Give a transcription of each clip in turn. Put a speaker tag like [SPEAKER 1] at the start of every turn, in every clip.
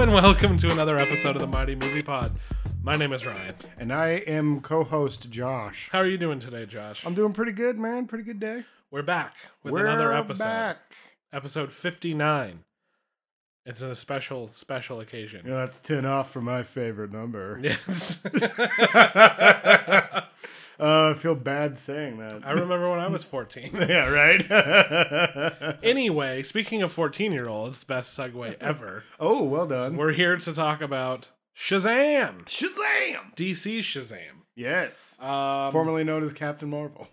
[SPEAKER 1] and welcome to another episode of the Mighty Movie Pod. My name is Ryan.
[SPEAKER 2] And I am co-host Josh.
[SPEAKER 1] How are you doing today, Josh?
[SPEAKER 2] I'm doing pretty good, man. Pretty good day.
[SPEAKER 1] We're back with
[SPEAKER 2] Um, We're
[SPEAKER 1] another episode.
[SPEAKER 2] back.
[SPEAKER 1] Episode 59. It's a special, special occasion.
[SPEAKER 2] You know, that's ten off for my favorite number.
[SPEAKER 1] Yes.
[SPEAKER 2] uh, I feel bad saying that.
[SPEAKER 1] I remember when I was 14.
[SPEAKER 2] yeah, right.
[SPEAKER 1] Anyway, speaking of 14 year olds, best segue ever,
[SPEAKER 2] oh, well done.
[SPEAKER 1] we're here to talk about Shazam!
[SPEAKER 2] Shazam!
[SPEAKER 1] DC Shazam.
[SPEAKER 2] Yes.
[SPEAKER 1] Um,
[SPEAKER 2] Formerly known as Captain Marvel.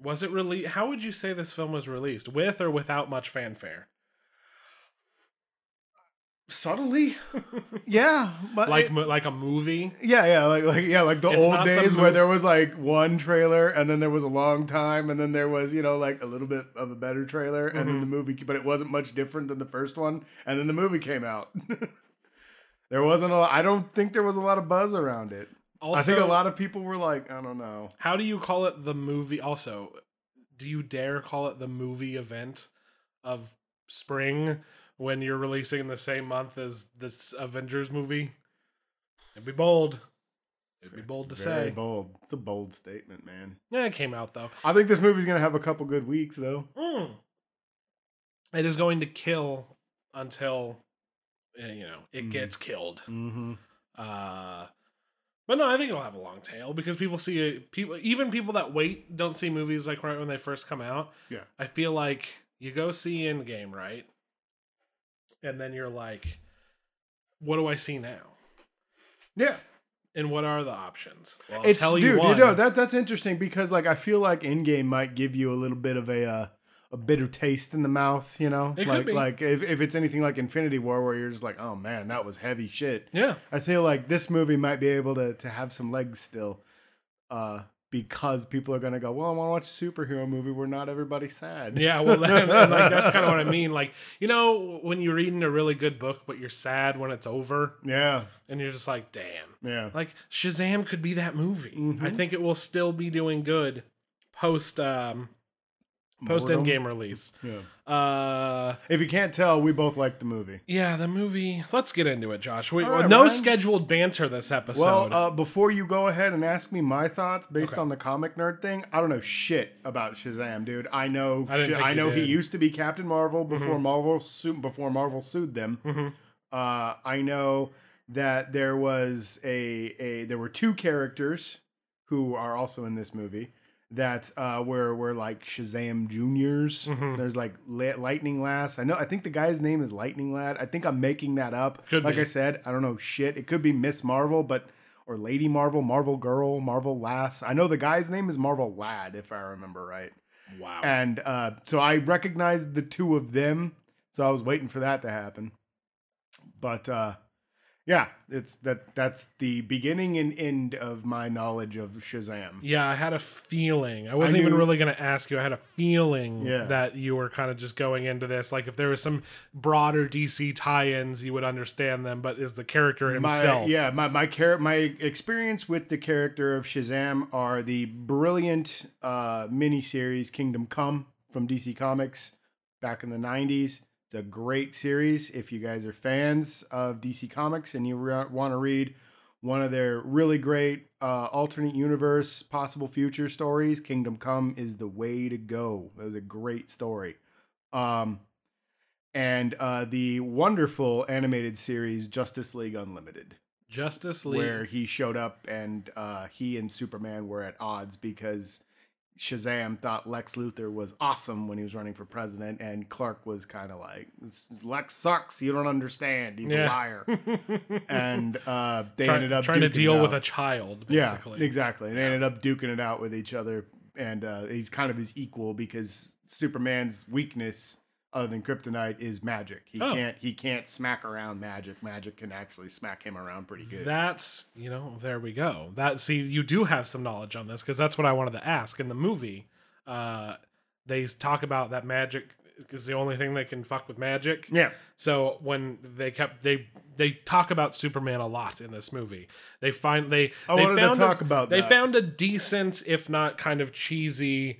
[SPEAKER 1] Was it really? How would you say this film was released, with or without much fanfare?
[SPEAKER 2] Subtly. yeah, but
[SPEAKER 1] Like, mo- like a movie.
[SPEAKER 2] Yeah, yeah, like like yeah, like the
[SPEAKER 1] It's
[SPEAKER 2] old
[SPEAKER 1] not the
[SPEAKER 2] days where
[SPEAKER 1] mov-
[SPEAKER 2] there was like one trailer and then there was a long time and then there was, you know, like a little bit of a better trailer and
[SPEAKER 1] Mm-hmm.
[SPEAKER 2] then the movie but it wasn't much different than the first one and then the movie came out. there wasn't a lot I don't think there was a lot of buzz around it.
[SPEAKER 1] Also,
[SPEAKER 2] I think a lot of people were like, I don't know.
[SPEAKER 1] How do you call it the movie? Also, do you dare call it the movie event of spring when you're releasing in the same month as this Avengers movie? It'd be bold. It'd be bold to
[SPEAKER 2] Very
[SPEAKER 1] say.
[SPEAKER 2] bold. It's a bold statement, man.
[SPEAKER 1] Yeah, it came out though.
[SPEAKER 2] I think this movie's going to have a couple good weeks though.
[SPEAKER 1] Mm. It is going to kill until eh, you know it
[SPEAKER 2] Mm.
[SPEAKER 1] gets killed.
[SPEAKER 2] Mhm.
[SPEAKER 1] Uh, but no, I think it'll have a long tail because people see it. People, even people that wait, don't see movies like right when they first come out.
[SPEAKER 2] Yeah.
[SPEAKER 1] I feel like you go see Endgame, right? And then you're like, what do I see now?
[SPEAKER 2] Yeah.
[SPEAKER 1] And what are the options? Well, I'll
[SPEAKER 2] it's
[SPEAKER 1] tell
[SPEAKER 2] dude,
[SPEAKER 1] you
[SPEAKER 2] you,
[SPEAKER 1] one.
[SPEAKER 2] know that that's interesting because like I feel like Endgame might give you a little bit of a uh, a bitter taste in the mouth, you know,
[SPEAKER 1] It could
[SPEAKER 2] like
[SPEAKER 1] be.
[SPEAKER 2] like if if it's anything like Infinity War where you're just like, oh man, that was heavy shit.
[SPEAKER 1] yeah.
[SPEAKER 2] I feel like this movie might be able to to have some legs still, uh, because people are gonna go, well, I want to watch a superhero movie where not everybody's sad.
[SPEAKER 1] Yeah, well, then, like that's kind of what I mean. Like, you know, when you're reading a really good book, but you're sad when it's over,
[SPEAKER 2] yeah,
[SPEAKER 1] and you're just like, "Damn!"
[SPEAKER 2] yeah.
[SPEAKER 1] Like Shazam could be that movie.
[SPEAKER 2] Mhm.
[SPEAKER 1] I think it will still be doing good post um post
[SPEAKER 2] Mortem.
[SPEAKER 1] endgame release.
[SPEAKER 2] Yeah.
[SPEAKER 1] Uh
[SPEAKER 2] If you can't tell, we both like the movie.
[SPEAKER 1] yeah, the movie. Let's get into it, Josh. We,
[SPEAKER 2] All right,
[SPEAKER 1] no
[SPEAKER 2] Ryan.
[SPEAKER 1] scheduled banter this episode.
[SPEAKER 2] Well, uh, before you go ahead and ask me my thoughts based
[SPEAKER 1] Okay.
[SPEAKER 2] on the comic nerd thing, I don't know shit about Shazam, dude. I know,
[SPEAKER 1] I didn't
[SPEAKER 2] Sha-
[SPEAKER 1] think
[SPEAKER 2] I
[SPEAKER 1] you
[SPEAKER 2] know he
[SPEAKER 1] did. Mm-hmm.
[SPEAKER 2] used to be Captain Marvel before Marvel su- before Marvel sued them.
[SPEAKER 1] Mhm.
[SPEAKER 2] Uh, I know that there was a a there were two characters who are also in this movie that uh, were were like Shazam juniors.
[SPEAKER 1] Mhm.
[SPEAKER 2] There's like La- Lightning Lass. I know. I think the guy's name is Lightning Lad. I think I'm making that up.
[SPEAKER 1] Could
[SPEAKER 2] like
[SPEAKER 1] be.
[SPEAKER 2] I said, I don't know shit. It could be Miss Marvel, but or Lady Marvel, Marvel Girl, Marvel Lass. I know the guy's name is Marvel Lad, if I remember right.
[SPEAKER 1] wow.
[SPEAKER 2] And uh, so I recognized the two of them. So I was waiting for that to happen. But uh, yeah, it's that that's the beginning and end of my knowledge of Shazam.
[SPEAKER 1] yeah, I had a feeling. I wasn't
[SPEAKER 2] I
[SPEAKER 1] even
[SPEAKER 2] knew-
[SPEAKER 1] really going to ask you. I had a feeling
[SPEAKER 2] Yeah.
[SPEAKER 1] that you were kind of just going into this. Like, if there was some broader DC tie-ins, you would understand them. But is the character himself?
[SPEAKER 2] My, yeah, my my char- my experience with the character of Shazam are the brilliant uh, miniseries Kingdom Come from DC Comics back in the '90s. It's a great series. If you guys are fans of DC Comics and you re- want to read one of their really great uh, alternate universe possible future stories, Kingdom Come is the way to go. That was a great story. Um, and uh, the wonderful animated series Justice League Unlimited,
[SPEAKER 1] Justice League.
[SPEAKER 2] where he showed up and uh, he and Superman were at odds because Shazam thought Lex Luthor was awesome when he was running for president, and Clark was kind of like, "Lex sucks. You don't understand. He's
[SPEAKER 1] Yeah.
[SPEAKER 2] a liar." and uh, they
[SPEAKER 1] Try-
[SPEAKER 2] ended up
[SPEAKER 1] trying to
[SPEAKER 2] duking it
[SPEAKER 1] deal with
[SPEAKER 2] out.
[SPEAKER 1] a child, basically.
[SPEAKER 2] Yeah, exactly. They ended up duking it out with each other, and uh, he's kind of his equal because Superman's weakness, other than kryptonite, is magic. He
[SPEAKER 1] Oh.
[SPEAKER 2] can't he can't smack around magic. Magic can actually smack him around pretty good.
[SPEAKER 1] That's you know, there we go. That see, you do have some knowledge on this because that's what I wanted to ask. In the movie, uh, they talk about that magic is the only thing that can fuck with magic.
[SPEAKER 2] yeah,
[SPEAKER 1] So when they kept they they talk about Superman a lot in this movie. They find they
[SPEAKER 2] I
[SPEAKER 1] they
[SPEAKER 2] wanted to
[SPEAKER 1] found
[SPEAKER 2] talk
[SPEAKER 1] a,
[SPEAKER 2] about
[SPEAKER 1] they
[SPEAKER 2] that.
[SPEAKER 1] found a decent, if not kind of cheesy,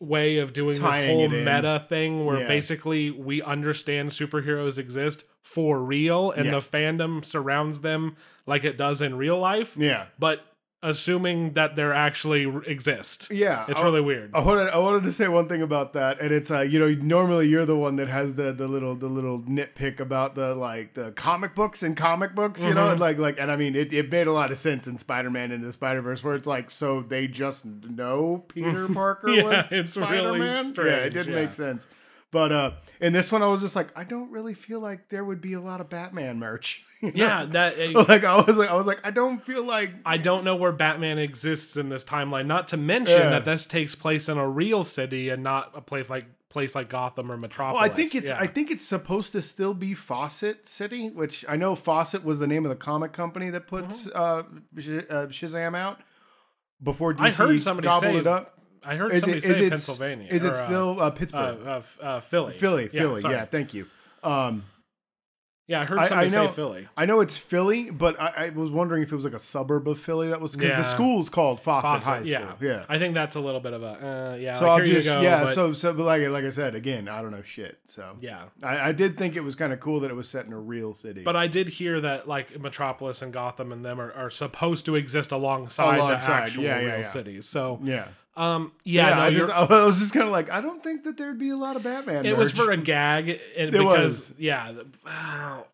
[SPEAKER 1] way of doing this
[SPEAKER 2] Tying
[SPEAKER 1] whole
[SPEAKER 2] it in.
[SPEAKER 1] meta thing where
[SPEAKER 2] Yeah.
[SPEAKER 1] basically we understand superheroes exist for real and
[SPEAKER 2] Yeah.
[SPEAKER 1] the fandom surrounds them like it does in real life,
[SPEAKER 2] Yeah.
[SPEAKER 1] but assuming that they actually r- exist.
[SPEAKER 2] Yeah. Oh,
[SPEAKER 1] It's
[SPEAKER 2] I-
[SPEAKER 1] really weird.
[SPEAKER 2] I wanted, I wanted to say one thing about that, and it's uh, you know normally you're the one that has the the little the little nitpick about the like the comic books and comic books, you know,
[SPEAKER 1] Mhm.
[SPEAKER 2] and like like and I mean it, it made a lot of sense in Spider Man and the Spider Verse where it's like so they just know Peter Parker
[SPEAKER 1] Mm-hmm. Yeah,
[SPEAKER 2] was
[SPEAKER 1] it's really
[SPEAKER 2] Spider Man. yeah, it
[SPEAKER 1] strange,
[SPEAKER 2] didn't
[SPEAKER 1] yeah.
[SPEAKER 2] make sense. But uh, in this one, I was just like, I don't really feel like there would be a lot of Batman merch. you know?
[SPEAKER 1] Yeah, that
[SPEAKER 2] like I was like I was like I don't feel like
[SPEAKER 1] I don't know where Batman exists in this timeline. Not to mention
[SPEAKER 2] Yeah.
[SPEAKER 1] that this takes place in a real city and not a place like place like Gotham or Metropolis.
[SPEAKER 2] Well, Oh, I think it's
[SPEAKER 1] Yeah.
[SPEAKER 2] I think it's supposed to still be Fawcett City, which I know Fawcett was the name of the comic company that
[SPEAKER 1] Mm-hmm.
[SPEAKER 2] puts uh, Sh- uh, Shazam out before DC
[SPEAKER 1] I heard somebody
[SPEAKER 2] gobbled
[SPEAKER 1] say
[SPEAKER 2] it up.
[SPEAKER 1] I heard
[SPEAKER 2] Is
[SPEAKER 1] somebody
[SPEAKER 2] it,
[SPEAKER 1] say
[SPEAKER 2] is it
[SPEAKER 1] Pennsylvania.
[SPEAKER 2] Is
[SPEAKER 1] or,
[SPEAKER 2] it
[SPEAKER 1] uh,
[SPEAKER 2] still uh,
[SPEAKER 1] uh,
[SPEAKER 2] Pittsburgh?
[SPEAKER 1] uh, uh, Philly?
[SPEAKER 2] Philly, Philly,
[SPEAKER 1] sorry.
[SPEAKER 2] yeah. Thank you. Um,
[SPEAKER 1] yeah. I heard
[SPEAKER 2] I- I
[SPEAKER 1] somebody
[SPEAKER 2] know-
[SPEAKER 1] say Philly.
[SPEAKER 2] I know it's Philly, but I, I was wondering if it was like a suburb of Philly that was because
[SPEAKER 1] Yeah.
[SPEAKER 2] the school's called Fawcett, High
[SPEAKER 1] Fawcett,
[SPEAKER 2] School.
[SPEAKER 1] yeah,
[SPEAKER 2] yeah.
[SPEAKER 1] I think that's a little bit of a uh, yeah.
[SPEAKER 2] So
[SPEAKER 1] like,
[SPEAKER 2] I'll
[SPEAKER 1] here
[SPEAKER 2] just
[SPEAKER 1] you go,
[SPEAKER 2] yeah.
[SPEAKER 1] but-
[SPEAKER 2] So so but like like I said again, I don't know shit. So
[SPEAKER 1] yeah.
[SPEAKER 2] I, I did think it was kind of cool that it was set in a real city.
[SPEAKER 1] But uh, I did hear that like Metropolis and Gotham and them are, are supposed to exist alongside,
[SPEAKER 2] Alongside,
[SPEAKER 1] the actual
[SPEAKER 2] yeah, yeah,
[SPEAKER 1] real
[SPEAKER 2] yeah.
[SPEAKER 1] cities. So
[SPEAKER 2] yeah.
[SPEAKER 1] um yeah,
[SPEAKER 2] Yeah,
[SPEAKER 1] no,
[SPEAKER 2] I,
[SPEAKER 1] you're-
[SPEAKER 2] just, I was just kind of like, I don't think that there'd be a lot of Batman.
[SPEAKER 1] it was
[SPEAKER 2] merch.
[SPEAKER 1] for a gag and
[SPEAKER 2] It
[SPEAKER 1] because
[SPEAKER 2] was.
[SPEAKER 1] yeah the, wow.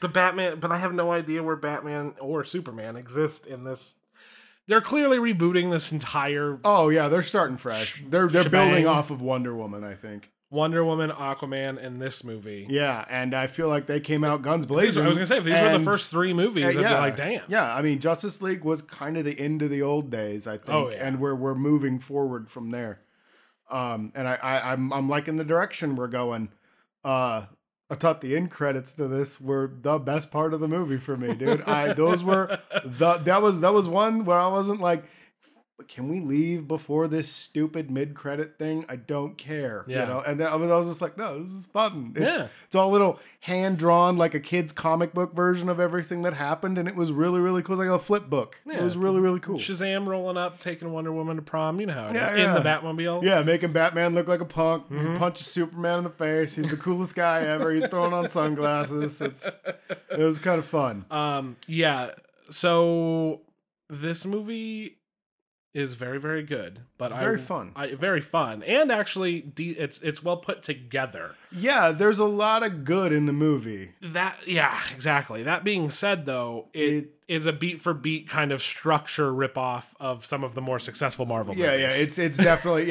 [SPEAKER 1] the batman but i have no idea where batman or superman exist in this they're clearly rebooting this entire
[SPEAKER 2] Oh yeah, they're starting fresh. They're they're
[SPEAKER 1] shebang.
[SPEAKER 2] building off of Wonder Woman, I think.
[SPEAKER 1] wonder woman aquaman in this movie
[SPEAKER 2] Yeah, and I feel like they came out guns
[SPEAKER 1] These
[SPEAKER 2] blazing.
[SPEAKER 1] are- i was gonna say if these were the
[SPEAKER 2] and-
[SPEAKER 1] first three movies
[SPEAKER 2] Uh,
[SPEAKER 1] i'd be like damn
[SPEAKER 2] Yeah, I mean Justice League was kind of the end of the old days, I think,
[SPEAKER 1] Oh, yeah.
[SPEAKER 2] and we're we're moving forward from there. Um, and I, I I'm I'm liking the direction we're going. Uh, I thought the end credits to this were the best part of the movie for me, dude. I those were the that was that was one where I wasn't like. Can we leave before this stupid mid-credit thing? I don't care,
[SPEAKER 1] Yeah.
[SPEAKER 2] you know. And then I was, I was just like, "No, this is fun. It's,
[SPEAKER 1] Yeah.
[SPEAKER 2] it's all little hand drawn, like a kid's comic book version of everything that happened, and it was really, really cool. It was like a flip book.
[SPEAKER 1] Yeah,
[SPEAKER 2] it was really, really cool.
[SPEAKER 1] shazam rolling up taking wonder woman to prom you know how it is
[SPEAKER 2] Yeah,
[SPEAKER 1] in the
[SPEAKER 2] yeah.
[SPEAKER 1] batmobile
[SPEAKER 2] Yeah, making Batman look like a punk.
[SPEAKER 1] Mm-hmm.
[SPEAKER 2] He punches Superman in the face. He's the coolest guy ever. He's throwing on sunglasses. It's it was kind of fun.
[SPEAKER 1] Um, yeah. So this movie is very, very good, but I-
[SPEAKER 2] Very fun.
[SPEAKER 1] I very fun, and actually, de- it's it's well put together.
[SPEAKER 2] Yeah, there's a lot of good in the movie.
[SPEAKER 1] That yeah, exactly. That being said, though, it
[SPEAKER 2] It-
[SPEAKER 1] is a beat for beat kind of structure ripoff of some of the more successful Marvel.
[SPEAKER 2] Yeah,
[SPEAKER 1] movies.
[SPEAKER 2] yeah, it's it's definitely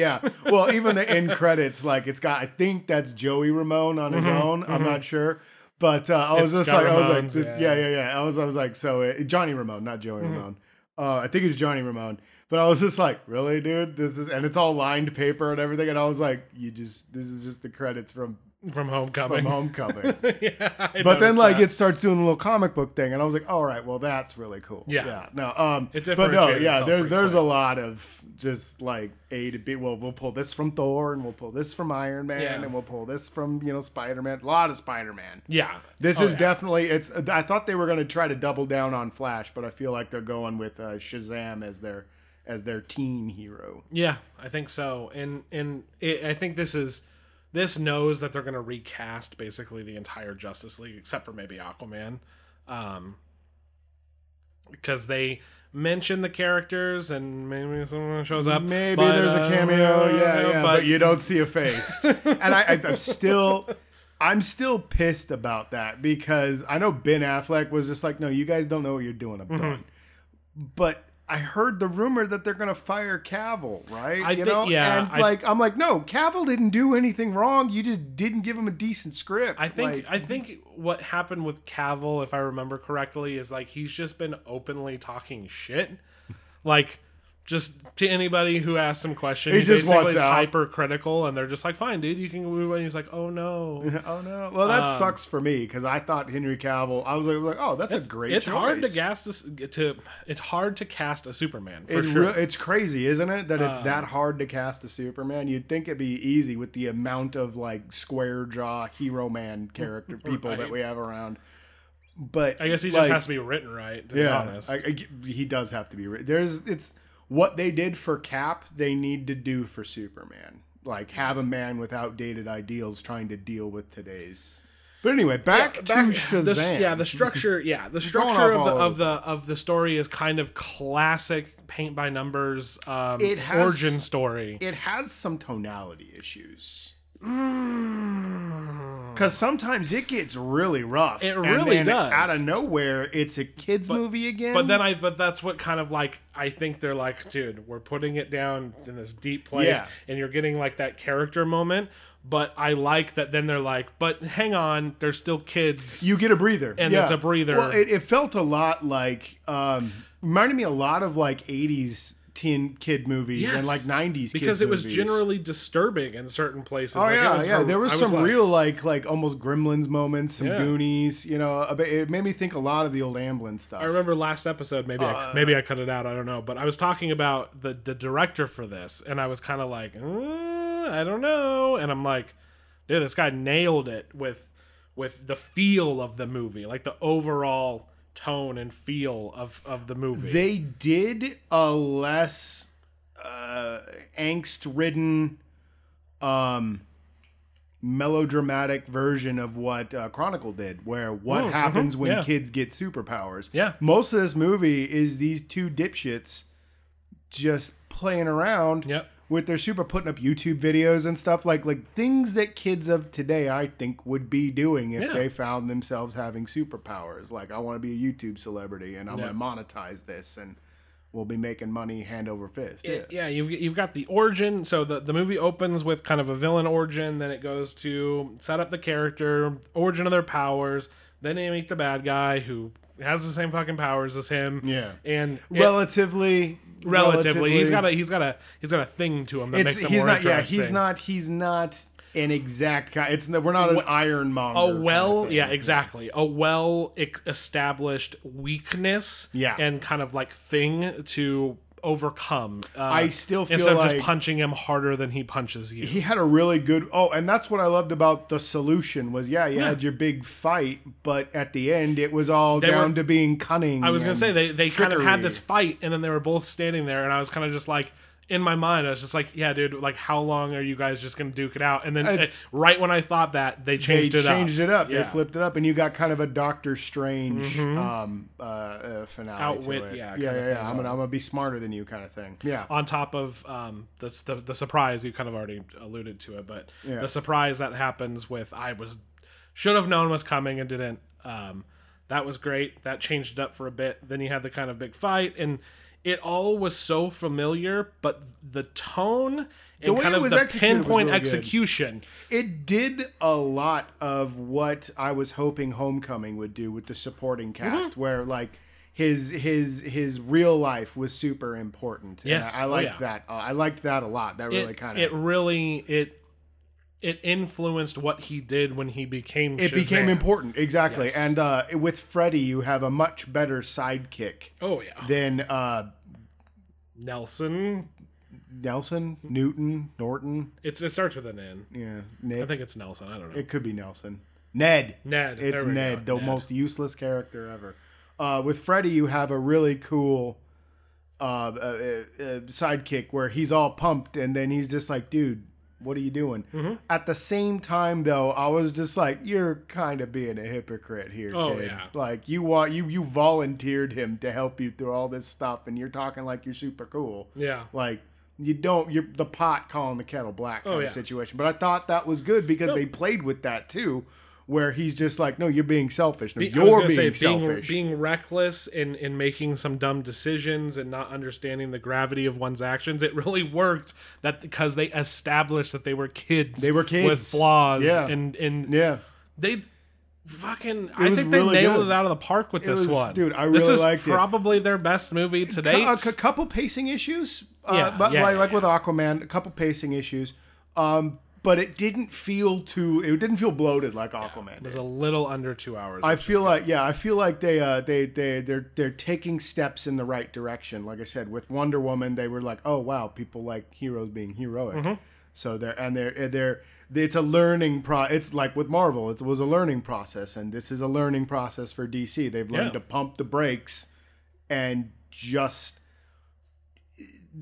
[SPEAKER 2] yeah. Well, even the end credits, like it's got. I think that's Joey Ramone on his own. I'm not sure, but uh, I was
[SPEAKER 1] Mm-hmm, It's
[SPEAKER 2] just
[SPEAKER 1] got
[SPEAKER 2] like, I was
[SPEAKER 1] Ramones,
[SPEAKER 2] like, just-
[SPEAKER 1] yeah. Mm-hmm.
[SPEAKER 2] yeah. yeah, yeah, I was, I was like, so it, Johnny Ramone, not Joey Ramone. Uh, I think it's Johnny Ramone, but I was just like, really, dude, this is, and it's all lined paper and everything, and I was like, you just, this is just the credits from
[SPEAKER 1] from
[SPEAKER 2] from
[SPEAKER 1] Homecoming.
[SPEAKER 2] Homecoming.
[SPEAKER 1] yeah, I
[SPEAKER 2] But then,
[SPEAKER 1] noticed
[SPEAKER 2] like,
[SPEAKER 1] that.
[SPEAKER 2] it starts doing the little comic book thing, and I was like, "All right, well, that's really cool."
[SPEAKER 1] Yeah.
[SPEAKER 2] no, um,
[SPEAKER 1] It
[SPEAKER 2] but no,
[SPEAKER 1] differentiated
[SPEAKER 2] yeah.
[SPEAKER 1] itself
[SPEAKER 2] There's
[SPEAKER 1] pretty
[SPEAKER 2] there's
[SPEAKER 1] quick.
[SPEAKER 2] a lot of just like A to B. Well, we'll pull this from Thor, and we'll pull this from Iron Man,
[SPEAKER 1] Yeah.
[SPEAKER 2] and we'll pull this from you know Spider Man. A lot of Spider Man.
[SPEAKER 1] yeah,
[SPEAKER 2] This
[SPEAKER 1] Oh,
[SPEAKER 2] is
[SPEAKER 1] yeah.
[SPEAKER 2] definitely it's. I thought they were going to try to double down on Flash, but I feel like they're going with uh, Shazam as their as their teen hero.
[SPEAKER 1] Yeah, I think so. And and it, I think this is this knows that they're going to recast basically the entire Justice League except for maybe Aquaman. Um because they mention the characters and maybe someone shows up.
[SPEAKER 2] Maybe
[SPEAKER 1] but
[SPEAKER 2] there's
[SPEAKER 1] I
[SPEAKER 2] a
[SPEAKER 1] don't
[SPEAKER 2] cameo.
[SPEAKER 1] know,
[SPEAKER 2] Yeah, yeah. But,
[SPEAKER 1] But,
[SPEAKER 2] you don't see a face. and I, I, I'm still, I'm still pissed about that because I know Ben Affleck was just like, "No, you guys don't know what you're doing. I'm
[SPEAKER 1] Mm-hmm.
[SPEAKER 2] done." But I heard the rumor that they're gonna fire Cavill, right?
[SPEAKER 1] I
[SPEAKER 2] you
[SPEAKER 1] thi-
[SPEAKER 2] know,
[SPEAKER 1] yeah,
[SPEAKER 2] And
[SPEAKER 1] I-
[SPEAKER 2] like, I'm like, no, Cavill didn't do anything wrong. You just didn't give him a decent script.
[SPEAKER 1] I think
[SPEAKER 2] Like,
[SPEAKER 1] I think what happened with Cavill, if I remember correctly, is like he's just been openly talking shit, like just to anybody who asks him questions.
[SPEAKER 2] He just
[SPEAKER 1] basically
[SPEAKER 2] wants
[SPEAKER 1] is
[SPEAKER 2] out.
[SPEAKER 1] hypercritical, and they're just like, "Fine, dude, you can move." And he's like, "Oh no."
[SPEAKER 2] Oh no! Well, that
[SPEAKER 1] Um,
[SPEAKER 2] sucks for me because I thought Henry Cavill. I was like, like oh, that's a great.
[SPEAKER 1] It's hard to
[SPEAKER 2] choice.
[SPEAKER 1] cast this, to it's hard to cast a Superman for
[SPEAKER 2] It
[SPEAKER 1] sure.
[SPEAKER 2] re- it's crazy, isn't it? That it's
[SPEAKER 1] Um,
[SPEAKER 2] that hard to cast a Superman. You'd think it'd be easy with the amount of like square jaw hero man character people
[SPEAKER 1] Right.
[SPEAKER 2] that we have around. But
[SPEAKER 1] I guess he just
[SPEAKER 2] like,
[SPEAKER 1] has to be written right. To
[SPEAKER 2] yeah,
[SPEAKER 1] be honest.
[SPEAKER 2] I- I g- he does have to be. re- There's it's what they did for Cap, they need to do for Superman. like have a man with outdated ideals trying to deal with today's. But anyway, back,
[SPEAKER 1] Yeah,
[SPEAKER 2] to
[SPEAKER 1] back-
[SPEAKER 2] Shazam.
[SPEAKER 1] the s- yeah, the structure. Yeah, the
[SPEAKER 2] Going
[SPEAKER 1] structure
[SPEAKER 2] off
[SPEAKER 1] of the
[SPEAKER 2] all
[SPEAKER 1] of
[SPEAKER 2] over
[SPEAKER 1] the of the story is kind of classic paint by numbers. Um,
[SPEAKER 2] It has-
[SPEAKER 1] origin story.
[SPEAKER 2] it has some tonality issues
[SPEAKER 1] Mm.
[SPEAKER 2] because sometimes it gets really rough.
[SPEAKER 1] It
[SPEAKER 2] and
[SPEAKER 1] really
[SPEAKER 2] then
[SPEAKER 1] does.
[SPEAKER 2] Out of nowhere, it's a kids movie again.
[SPEAKER 1] But then I, but that's what kind of like I think they're like, dude, we're putting it down in this deep place,
[SPEAKER 2] Yeah.
[SPEAKER 1] and you're getting like that character moment. But I like that. Then they're like, but hang on, they're still kids.
[SPEAKER 2] you get a breather,
[SPEAKER 1] And it's a breather.
[SPEAKER 2] Well, it, it felt a lot like um, reminded me a lot of like '80s teen kid movies
[SPEAKER 1] Yes.
[SPEAKER 2] and like '90s
[SPEAKER 1] because
[SPEAKER 2] kids
[SPEAKER 1] it was
[SPEAKER 2] movies.
[SPEAKER 1] generally disturbing in certain places.
[SPEAKER 2] Oh
[SPEAKER 1] Like, it
[SPEAKER 2] yeah,
[SPEAKER 1] was
[SPEAKER 2] yeah.
[SPEAKER 1] hor-
[SPEAKER 2] there was
[SPEAKER 1] I
[SPEAKER 2] some
[SPEAKER 1] like-
[SPEAKER 2] real like like almost Gremlins moments, some
[SPEAKER 1] Yeah.
[SPEAKER 2] Goonies. You know, a bit- it made me think a lot of the old Amblin stuff.
[SPEAKER 1] I remember last episode, maybe I, maybe I cut it out. I don't know, but I was talking about the the director for this, and I was kind of like, "Uh, I don't know, and I'm like, dude, this guy nailed it with with the feel of the movie, like the overall tone and feel of of the movie.
[SPEAKER 2] they did a less uh, angst-ridden, um, melodramatic version of what uh, Chronicle did, where what
[SPEAKER 1] mhm,
[SPEAKER 2] happens when
[SPEAKER 1] yeah.
[SPEAKER 2] kids get superpowers.
[SPEAKER 1] Yeah.
[SPEAKER 2] most of this movie is these two dipshits just playing around.
[SPEAKER 1] yep.
[SPEAKER 2] with their super putting up YouTube videos and stuff like like things that kids of today I think would be doing if
[SPEAKER 1] Yeah.
[SPEAKER 2] they found themselves having superpowers. Like I want to be a YouTube celebrity and I'm
[SPEAKER 1] Yeah.
[SPEAKER 2] going to monetize this and we'll be making money hand over fist.
[SPEAKER 1] It- yeah, you've you've got the origin. So the the movie opens with kind of a villain origin, then it goes to set up the character, origin of their powers. Then they meet the bad guy who has the same fucking powers as him.
[SPEAKER 2] Yeah.
[SPEAKER 1] and it-
[SPEAKER 2] Relatively,
[SPEAKER 1] relatively, he's got a he's got a he's got a thing to him that
[SPEAKER 2] It's,
[SPEAKER 1] makes him
[SPEAKER 2] he's
[SPEAKER 1] more eh?
[SPEAKER 2] not. Yeah,
[SPEAKER 1] interesting.
[SPEAKER 2] he's not. He's not an exact guy. It's no- we're not an iron monger.
[SPEAKER 1] a well
[SPEAKER 2] kind of
[SPEAKER 1] yeah
[SPEAKER 2] thing.
[SPEAKER 1] exactly a well e- established weakness
[SPEAKER 2] Yeah.
[SPEAKER 1] and kind of like thing to overcome uh,
[SPEAKER 2] I still feel
[SPEAKER 1] instead of
[SPEAKER 2] like-
[SPEAKER 1] just punching him harder than he punches you
[SPEAKER 2] he had a really good oh and that's what i loved about the solution was yeah you had your big fight but at the end it was all down
[SPEAKER 1] were-
[SPEAKER 2] to being cunning
[SPEAKER 1] I was gonna
[SPEAKER 2] and
[SPEAKER 1] say they they kind of had this
[SPEAKER 2] trickery.
[SPEAKER 1] fight, and then they were both standing there, and I was kind of just like. In my mind, I was just like, "Yeah, dude. Like, how long are you guys just gonna duke it out?" And then,
[SPEAKER 2] I-
[SPEAKER 1] uh, right when I thought that, they
[SPEAKER 2] they
[SPEAKER 1] changed it
[SPEAKER 2] changed
[SPEAKER 1] up.
[SPEAKER 2] it up. They
[SPEAKER 1] Yeah. Mm-hmm.
[SPEAKER 2] flipped it up, and you got kind of a Doctor Strange um, uh, uh, finale.
[SPEAKER 1] Outwit,
[SPEAKER 2] to it.
[SPEAKER 1] yeah,
[SPEAKER 2] yeah,
[SPEAKER 1] kind of
[SPEAKER 2] yeah.
[SPEAKER 1] thing.
[SPEAKER 2] yeah. I'm gonna, I'm gonna be smarter than you, kind of thing. Yeah,
[SPEAKER 1] On top of um, the, the the surprise, you kind of already alluded to it, but
[SPEAKER 2] Yeah.
[SPEAKER 1] the surprise that happens with I was should have known was coming and didn't. Um, that was great. That changed it up for a bit. Then you had the kind of big fight, and it all was so familiar, but the tone and
[SPEAKER 2] way
[SPEAKER 1] kind
[SPEAKER 2] it
[SPEAKER 1] of
[SPEAKER 2] was
[SPEAKER 1] the
[SPEAKER 2] executed was
[SPEAKER 1] pinpoint
[SPEAKER 2] really good.
[SPEAKER 1] execution.
[SPEAKER 2] it did a lot of what I was hoping Homecoming would do with the supporting
[SPEAKER 1] Mm-hmm.
[SPEAKER 2] cast, where like his his his real life was super important. And
[SPEAKER 1] Yes.
[SPEAKER 2] I, I
[SPEAKER 1] Oh,
[SPEAKER 2] liked
[SPEAKER 1] yeah.
[SPEAKER 2] that. Uh, I liked that a lot. That
[SPEAKER 1] It
[SPEAKER 2] really kind
[SPEAKER 1] it
[SPEAKER 2] of
[SPEAKER 1] really it it influenced what he did when he became.
[SPEAKER 2] it became
[SPEAKER 1] Shazam.
[SPEAKER 2] important exactly.
[SPEAKER 1] Yes.
[SPEAKER 2] And uh, with Freddy, you have a much better sidekick
[SPEAKER 1] Oh yeah,
[SPEAKER 2] than uh,
[SPEAKER 1] Nelson.
[SPEAKER 2] Nelson Newton Norton.
[SPEAKER 1] It's it starts with an N.
[SPEAKER 2] Yeah,
[SPEAKER 1] I
[SPEAKER 2] Nick.
[SPEAKER 1] think it's Nelson. I don't know.
[SPEAKER 2] It could be Nelson. Ned.
[SPEAKER 1] Ned.
[SPEAKER 2] It's
[SPEAKER 1] there we go,
[SPEAKER 2] Ned, the most useless character ever. Uh, with Freddy, you have a really cool uh, uh, uh, uh, sidekick where he's all pumped, and then he's just like, "Dude, what are you doing?"
[SPEAKER 1] Mm-hmm.
[SPEAKER 2] At the same time, though, I was just like, "You're kind of being a hypocrite here,
[SPEAKER 1] Oh,
[SPEAKER 2] kid.
[SPEAKER 1] yeah.
[SPEAKER 2] Like you want you you volunteered him to help you through all this stuff, and you're talking like you're super cool.
[SPEAKER 1] Yeah.
[SPEAKER 2] Like." You don't. You're the pot calling the kettle black kind
[SPEAKER 1] Oh,
[SPEAKER 2] of
[SPEAKER 1] yeah.
[SPEAKER 2] situation. But I thought that was good because they played with that too, where he's just like, "No, you're being selfish. No,
[SPEAKER 1] Be- I was
[SPEAKER 2] you're
[SPEAKER 1] gonna
[SPEAKER 2] being
[SPEAKER 1] say,
[SPEAKER 2] selfish."
[SPEAKER 1] Being, being reckless in, in making some dumb decisions and not understanding the gravity of one's actions. It really worked that because they established that they were kids.
[SPEAKER 2] They were
[SPEAKER 1] with
[SPEAKER 2] kids.
[SPEAKER 1] flaws.
[SPEAKER 2] Yeah.
[SPEAKER 1] and and
[SPEAKER 2] yeah,
[SPEAKER 1] they fucking. I
[SPEAKER 2] was
[SPEAKER 1] think they
[SPEAKER 2] really
[SPEAKER 1] nailed
[SPEAKER 2] good.
[SPEAKER 1] it out of the park with this
[SPEAKER 2] was-
[SPEAKER 1] one,
[SPEAKER 2] dude, I
[SPEAKER 1] this
[SPEAKER 2] really
[SPEAKER 1] is
[SPEAKER 2] liked it.
[SPEAKER 1] probably their best movie to
[SPEAKER 2] a,
[SPEAKER 1] date.
[SPEAKER 2] a c- uh, couple pacing issues. Uh,
[SPEAKER 1] Yeah,
[SPEAKER 2] but
[SPEAKER 1] yeah,
[SPEAKER 2] like,
[SPEAKER 1] yeah,
[SPEAKER 2] like with Aquaman, a couple pacing issues. Um, but it didn't feel too. It didn't feel bloated like Aquaman.
[SPEAKER 1] it
[SPEAKER 2] did.
[SPEAKER 1] was a little under two hours.
[SPEAKER 2] I feel like yeah, I feel like they uh they they they're they're taking steps in the right direction. Like I said, with Wonder Woman, they were like, oh wow, people like heroes being heroic.
[SPEAKER 1] Mm-hmm.
[SPEAKER 2] So they're and they're and they're it's a learning pro. It's like with Marvel, it was a learning process, and this is a learning process for DC. They've learned
[SPEAKER 1] Yeah.
[SPEAKER 2] to pump the brakes and just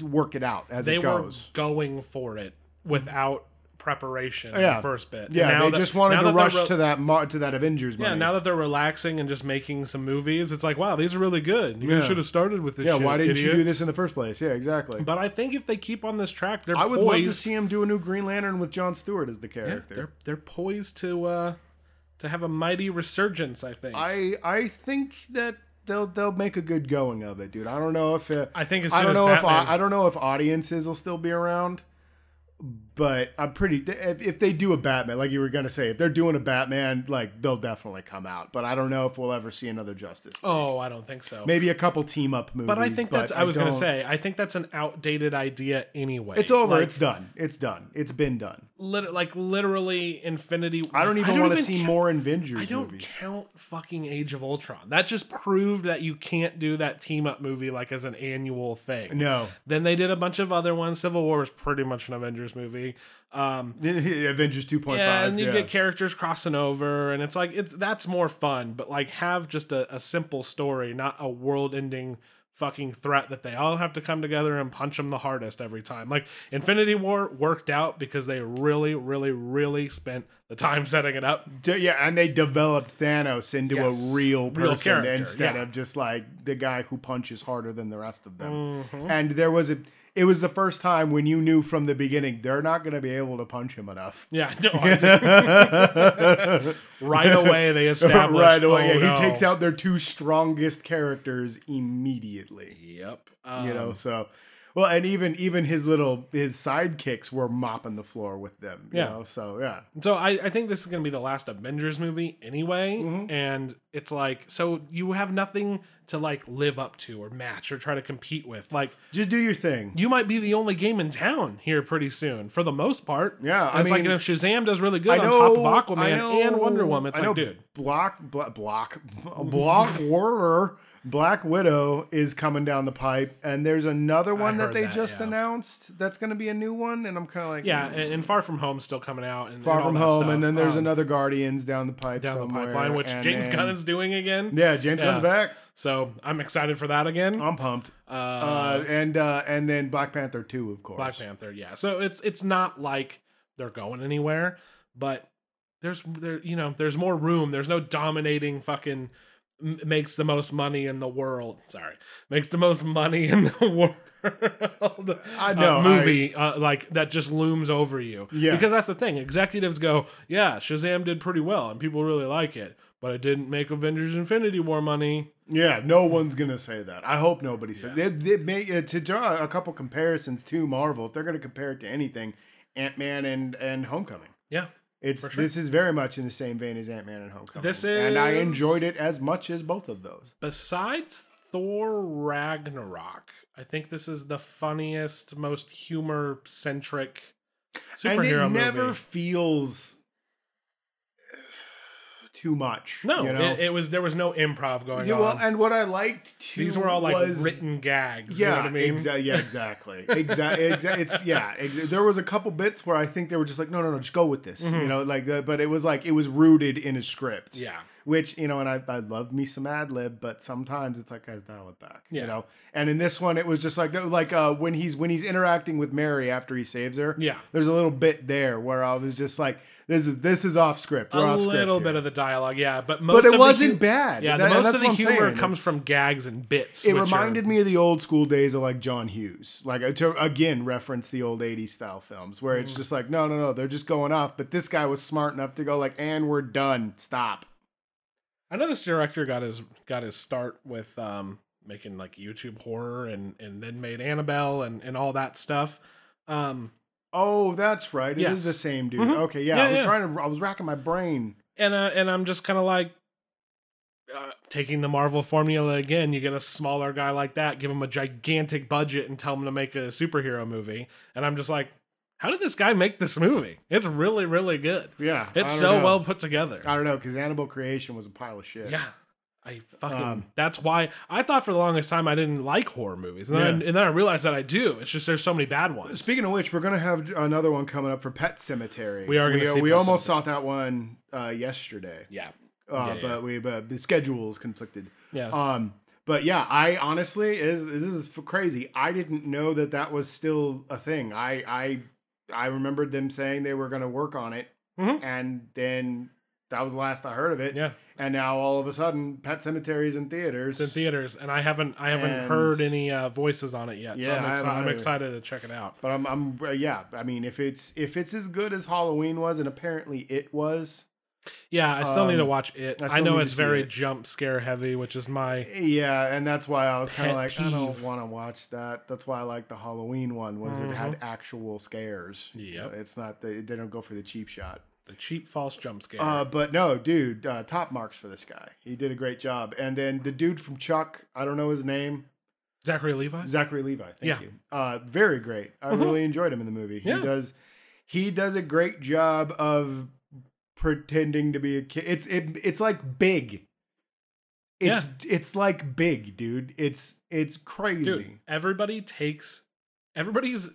[SPEAKER 2] work it out as
[SPEAKER 1] they
[SPEAKER 2] it
[SPEAKER 1] were
[SPEAKER 2] goes.
[SPEAKER 1] going for it without preparation in
[SPEAKER 2] Yeah.
[SPEAKER 1] the first bit. And
[SPEAKER 2] Yeah,
[SPEAKER 1] now
[SPEAKER 2] they
[SPEAKER 1] that-
[SPEAKER 2] just wanted
[SPEAKER 1] now
[SPEAKER 2] to
[SPEAKER 1] that they're
[SPEAKER 2] rush
[SPEAKER 1] re-
[SPEAKER 2] to that mo- to that Avengers
[SPEAKER 1] Yeah,
[SPEAKER 2] money.
[SPEAKER 1] now that they're relaxing and just making some movies, it's like, wow, these are really good. You guys
[SPEAKER 2] Yeah.
[SPEAKER 1] should have started with this.
[SPEAKER 2] yeah,
[SPEAKER 1] shit,
[SPEAKER 2] why didn't you do
[SPEAKER 1] idiots.
[SPEAKER 2] this in the first place? Yeah, exactly.
[SPEAKER 1] But I think if they keep on this track, they're
[SPEAKER 2] I would
[SPEAKER 1] poised.
[SPEAKER 2] love to see him do a new Green Lantern with John Stewart as the
[SPEAKER 1] yeah,
[SPEAKER 2] character.
[SPEAKER 1] they're they're poised to uh, to have a mighty resurgence. I think.
[SPEAKER 2] I I think that they'll they'll make a good going of it, dude. I don't know if uh,
[SPEAKER 1] I think as
[SPEAKER 2] I
[SPEAKER 1] soon
[SPEAKER 2] don't
[SPEAKER 1] as
[SPEAKER 2] know if
[SPEAKER 1] Batman-
[SPEAKER 2] I, I don't know if audiences will still be around, but I'm pretty. If, if they do a Batman, like you were gonna say, if they're doing a Batman, like they'll definitely come out. But I don't know if we'll ever see another Justice.
[SPEAKER 1] oh, I don't think so.
[SPEAKER 2] Maybe a couple team up movies.
[SPEAKER 1] but I think that's. I, was gonna
[SPEAKER 2] don't-
[SPEAKER 1] say. I think that's an outdated idea anyway.
[SPEAKER 2] it's over.
[SPEAKER 1] Like,
[SPEAKER 2] it's done. It's done. It's been done.
[SPEAKER 1] lit- like literally Infinity.
[SPEAKER 2] I don't even want to see
[SPEAKER 1] ca-
[SPEAKER 2] more Avengers
[SPEAKER 1] I don't
[SPEAKER 2] movies.
[SPEAKER 1] count fucking Age of Ultron. That just proved that you can't do that team up movie like as an annual thing.
[SPEAKER 2] No,
[SPEAKER 1] Then they did a bunch of other ones. Civil War was pretty much an Avengers movie. Um,
[SPEAKER 2] Avengers 2.5.
[SPEAKER 1] yeah, and you
[SPEAKER 2] yeah.
[SPEAKER 1] get characters crossing over, and it's like it's that's more fun. But like, have just a, a simple story, not a world-ending fucking threat that they all have to come together and punch them the hardest every time. Like Infinity War worked out because they really, really, really spent the time setting it up.
[SPEAKER 2] D- yeah, and they developed Thanos into
[SPEAKER 1] Yes.
[SPEAKER 2] a real
[SPEAKER 1] Real
[SPEAKER 2] person
[SPEAKER 1] character,
[SPEAKER 2] instead
[SPEAKER 1] yeah.
[SPEAKER 2] of just like the guy who punches harder than the rest of them.
[SPEAKER 1] Mm-hmm.
[SPEAKER 2] And there was a it was the first time when you knew from the beginning they're not going to be able to punch him enough.
[SPEAKER 1] Yeah, no, I- right away they established.
[SPEAKER 2] right away,
[SPEAKER 1] oh,
[SPEAKER 2] yeah,
[SPEAKER 1] no.
[SPEAKER 2] he takes out their two strongest characters immediately.
[SPEAKER 1] Yep.
[SPEAKER 2] You know,
[SPEAKER 1] Um,
[SPEAKER 2] so well, and even even his little his sidekicks were mopping the floor with them. You
[SPEAKER 1] Yeah.
[SPEAKER 2] know, so yeah,
[SPEAKER 1] So I, I think this is going to be the last Avengers movie anyway,
[SPEAKER 2] Mm-hmm.
[SPEAKER 1] and it's like so you have nothing to like live up to or match or try to compete with. Like
[SPEAKER 2] just do your thing.
[SPEAKER 1] you might be the only game in town here pretty soon, for the most part.
[SPEAKER 2] Yeah,
[SPEAKER 1] And
[SPEAKER 2] I
[SPEAKER 1] it's like
[SPEAKER 2] mean-
[SPEAKER 1] and if Shazam does really good
[SPEAKER 2] I
[SPEAKER 1] on
[SPEAKER 2] know,
[SPEAKER 1] top of
[SPEAKER 2] I
[SPEAKER 1] Aquaman
[SPEAKER 2] know-
[SPEAKER 1] and Wonder Woman, it's
[SPEAKER 2] I
[SPEAKER 1] like,
[SPEAKER 2] know
[SPEAKER 1] dude,
[SPEAKER 2] Block, blo- block, block, warrior, Black Widow is coming down the pipe, and there's another one that
[SPEAKER 1] heard
[SPEAKER 2] they
[SPEAKER 1] that,
[SPEAKER 2] just
[SPEAKER 1] yeah.
[SPEAKER 2] announced that's going to be a new one, and I'm kind of like,
[SPEAKER 1] yeah,
[SPEAKER 2] mm,
[SPEAKER 1] and, and Far From Home's still coming out, and
[SPEAKER 2] far
[SPEAKER 1] and all
[SPEAKER 2] from
[SPEAKER 1] that
[SPEAKER 2] home,
[SPEAKER 1] stuff.
[SPEAKER 2] and then there's
[SPEAKER 1] Um,
[SPEAKER 2] another Guardians down the pipe,
[SPEAKER 1] down the
[SPEAKER 2] somewhere,
[SPEAKER 1] pipeline, which
[SPEAKER 2] and
[SPEAKER 1] James
[SPEAKER 2] then-
[SPEAKER 1] Gunn is doing again.
[SPEAKER 2] yeah, James
[SPEAKER 1] Yeah.
[SPEAKER 2] Gunn's back.
[SPEAKER 1] So I'm excited for that again.
[SPEAKER 2] I'm pumped. Uh, and uh, and then Black Panther two, of course.
[SPEAKER 1] Black Panther, yeah. So it's it's not like they're going anywhere, but there's there you know there's more room. There's no dominating fucking m- makes the most money in the world. Sorry, makes the most money in the world.
[SPEAKER 2] I
[SPEAKER 1] uh,
[SPEAKER 2] know, I-
[SPEAKER 1] movie uh, like that just looms over you.
[SPEAKER 2] Yeah.
[SPEAKER 1] because that's the thing. Executives go, yeah, Shazam did pretty well and people really like it, but it didn't make Avengers Infinity War money.
[SPEAKER 2] Yeah, no one's gonna say that. I hope nobody says they, they may, uh, to draw a couple comparisons to Marvel. If they're gonna compare it to anything, Ant Man and and Homecoming.
[SPEAKER 1] Yeah,
[SPEAKER 2] It's
[SPEAKER 1] For sure.
[SPEAKER 2] this is very much in the same vein as Ant Man and Homecoming.
[SPEAKER 1] This
[SPEAKER 2] and I
[SPEAKER 1] is-
[SPEAKER 2] enjoyed it as much as both of those.
[SPEAKER 1] besides Thor Ragnarok, I think this is the funniest, most humor centric superhero
[SPEAKER 2] and it never
[SPEAKER 1] movie.
[SPEAKER 2] feels uh, too much.
[SPEAKER 1] No,
[SPEAKER 2] you know?
[SPEAKER 1] it, it was there was no improv going
[SPEAKER 2] Yeah,
[SPEAKER 1] on.
[SPEAKER 2] well, and what I liked too.
[SPEAKER 1] These were all like
[SPEAKER 2] was
[SPEAKER 1] written gags.
[SPEAKER 2] Yeah,
[SPEAKER 1] you know what I mean?
[SPEAKER 2] exa- yeah, exactly. Exactly. exa- it's yeah. Ex- there was a couple bits where I think they were just like, no, no, no, just go with this. You know, like the, but it was like it was rooted in a script.
[SPEAKER 1] Mm-hmm. Yeah.
[SPEAKER 2] Which you know, and I, I love me some ad lib, but sometimes it's like guys dial it back.
[SPEAKER 1] Yeah.
[SPEAKER 2] You know, and in this one it was just like no, like uh, when he's when he's interacting with Mary after he saves her.
[SPEAKER 1] Yeah.
[SPEAKER 2] There's a little bit there where I was just like, this is this is off script. We're
[SPEAKER 1] A
[SPEAKER 2] off script
[SPEAKER 1] little
[SPEAKER 2] here.
[SPEAKER 1] bit of the dialogue, yeah, but most of
[SPEAKER 2] But it
[SPEAKER 1] the
[SPEAKER 2] wasn't
[SPEAKER 1] hu-
[SPEAKER 2] bad.
[SPEAKER 1] Yeah,
[SPEAKER 2] That-
[SPEAKER 1] the most
[SPEAKER 2] that's
[SPEAKER 1] of the
[SPEAKER 2] what I'm
[SPEAKER 1] humor
[SPEAKER 2] saying.
[SPEAKER 1] comes from gags and bits.
[SPEAKER 2] It
[SPEAKER 1] which
[SPEAKER 2] reminded
[SPEAKER 1] are,
[SPEAKER 2] me of the old school days of like John Hughes, like to again reference the old 80s style films where
[SPEAKER 1] Mm.
[SPEAKER 2] it's just like, no, no, no, they're just going off. But this guy was smart enough to go like, and we're done. Stop.
[SPEAKER 1] I know this director got his got his start with um, making like YouTube horror and and then made Annabelle and and all that stuff. Um,
[SPEAKER 2] Oh, that's right. It is
[SPEAKER 1] Yes.
[SPEAKER 2] the same dude.
[SPEAKER 1] Mhm.
[SPEAKER 2] Okay, yeah.
[SPEAKER 1] Yeah,
[SPEAKER 2] I was
[SPEAKER 1] yeah.
[SPEAKER 2] trying to. I was racking my brain.
[SPEAKER 1] and uh, and I'm just kind of like uh, taking the Marvel formula again. You get a smaller guy like that, give him a gigantic budget, and tell him to make a superhero movie, and I'm just like, how did this guy make this movie? It's really really good.
[SPEAKER 2] Yeah, I
[SPEAKER 1] It's
[SPEAKER 2] don't
[SPEAKER 1] so
[SPEAKER 2] know.
[SPEAKER 1] well put together.
[SPEAKER 2] I don't know because Animal Creation was a pile of shit.
[SPEAKER 1] yeah. I fucking.
[SPEAKER 2] Um,
[SPEAKER 1] that's why I thought for the longest time I didn't like horror movies, and then,
[SPEAKER 2] Yeah.
[SPEAKER 1] I, and then I realized that I do. It's just there's so many bad ones.
[SPEAKER 2] Speaking of which, we're gonna have another one coming up for Pet Cemetery.
[SPEAKER 1] We are gonna
[SPEAKER 2] We,
[SPEAKER 1] see
[SPEAKER 2] we
[SPEAKER 1] Pet
[SPEAKER 2] almost saw that one uh, yesterday,
[SPEAKER 1] yeah, Yeah,
[SPEAKER 2] uh, but we but the schedules conflicted.
[SPEAKER 1] yeah.
[SPEAKER 2] Um, but yeah, I honestly is this is f- crazy. I didn't know that that was still a thing. I I I remembered them saying they were going to work on it,
[SPEAKER 1] Mhm.
[SPEAKER 2] and then that was the last I heard of it.
[SPEAKER 1] Yeah,
[SPEAKER 2] And now all of a sudden, Pet Cemeteries in
[SPEAKER 1] it's
[SPEAKER 2] theaters.
[SPEAKER 1] in theaters, and I haven't I haven't
[SPEAKER 2] And-
[SPEAKER 1] heard any uh, voices on it yet.
[SPEAKER 2] Yeah,
[SPEAKER 1] so
[SPEAKER 2] I
[SPEAKER 1] I'm, exci-
[SPEAKER 2] haven't
[SPEAKER 1] I'm
[SPEAKER 2] either.
[SPEAKER 1] excited to check it out.
[SPEAKER 2] but I'm, I'm, uh, yeah. I mean, if it's if it's as good as Halloween was, and apparently it was,
[SPEAKER 1] Yeah, I still need to
[SPEAKER 2] Um,
[SPEAKER 1] watch it.
[SPEAKER 2] I
[SPEAKER 1] I,
[SPEAKER 2] still need
[SPEAKER 1] know
[SPEAKER 2] to
[SPEAKER 1] it's
[SPEAKER 2] see
[SPEAKER 1] very
[SPEAKER 2] it.
[SPEAKER 1] jump scare heavy, which is my
[SPEAKER 2] yeah. And that's why I was kind
[SPEAKER 1] Pet
[SPEAKER 2] of like, I don't
[SPEAKER 1] peeve.
[SPEAKER 2] want to watch that. That's why I like the Halloween one was it had actual scares. You know,
[SPEAKER 1] Mm-hmm. Yep.
[SPEAKER 2] It's not the, they don't go for the cheap shot.
[SPEAKER 1] the cheap false jump scare.
[SPEAKER 2] Uh, but no, dude, uh, top marks for this guy. He did a great job. And then the dude from Chuck, I don't know his name,
[SPEAKER 1] Zachary Levi.
[SPEAKER 2] Zachary Levi. Thank
[SPEAKER 1] Yeah.
[SPEAKER 2] you. Uh, very great. I
[SPEAKER 1] Mhm.
[SPEAKER 2] really enjoyed him in the movie.
[SPEAKER 1] Yeah.
[SPEAKER 2] He does, he does a great job of pretending to be a kid. It's it, it's like big. It's it's like big, dude. It's it's crazy.
[SPEAKER 1] Dude, everybody takes everybody's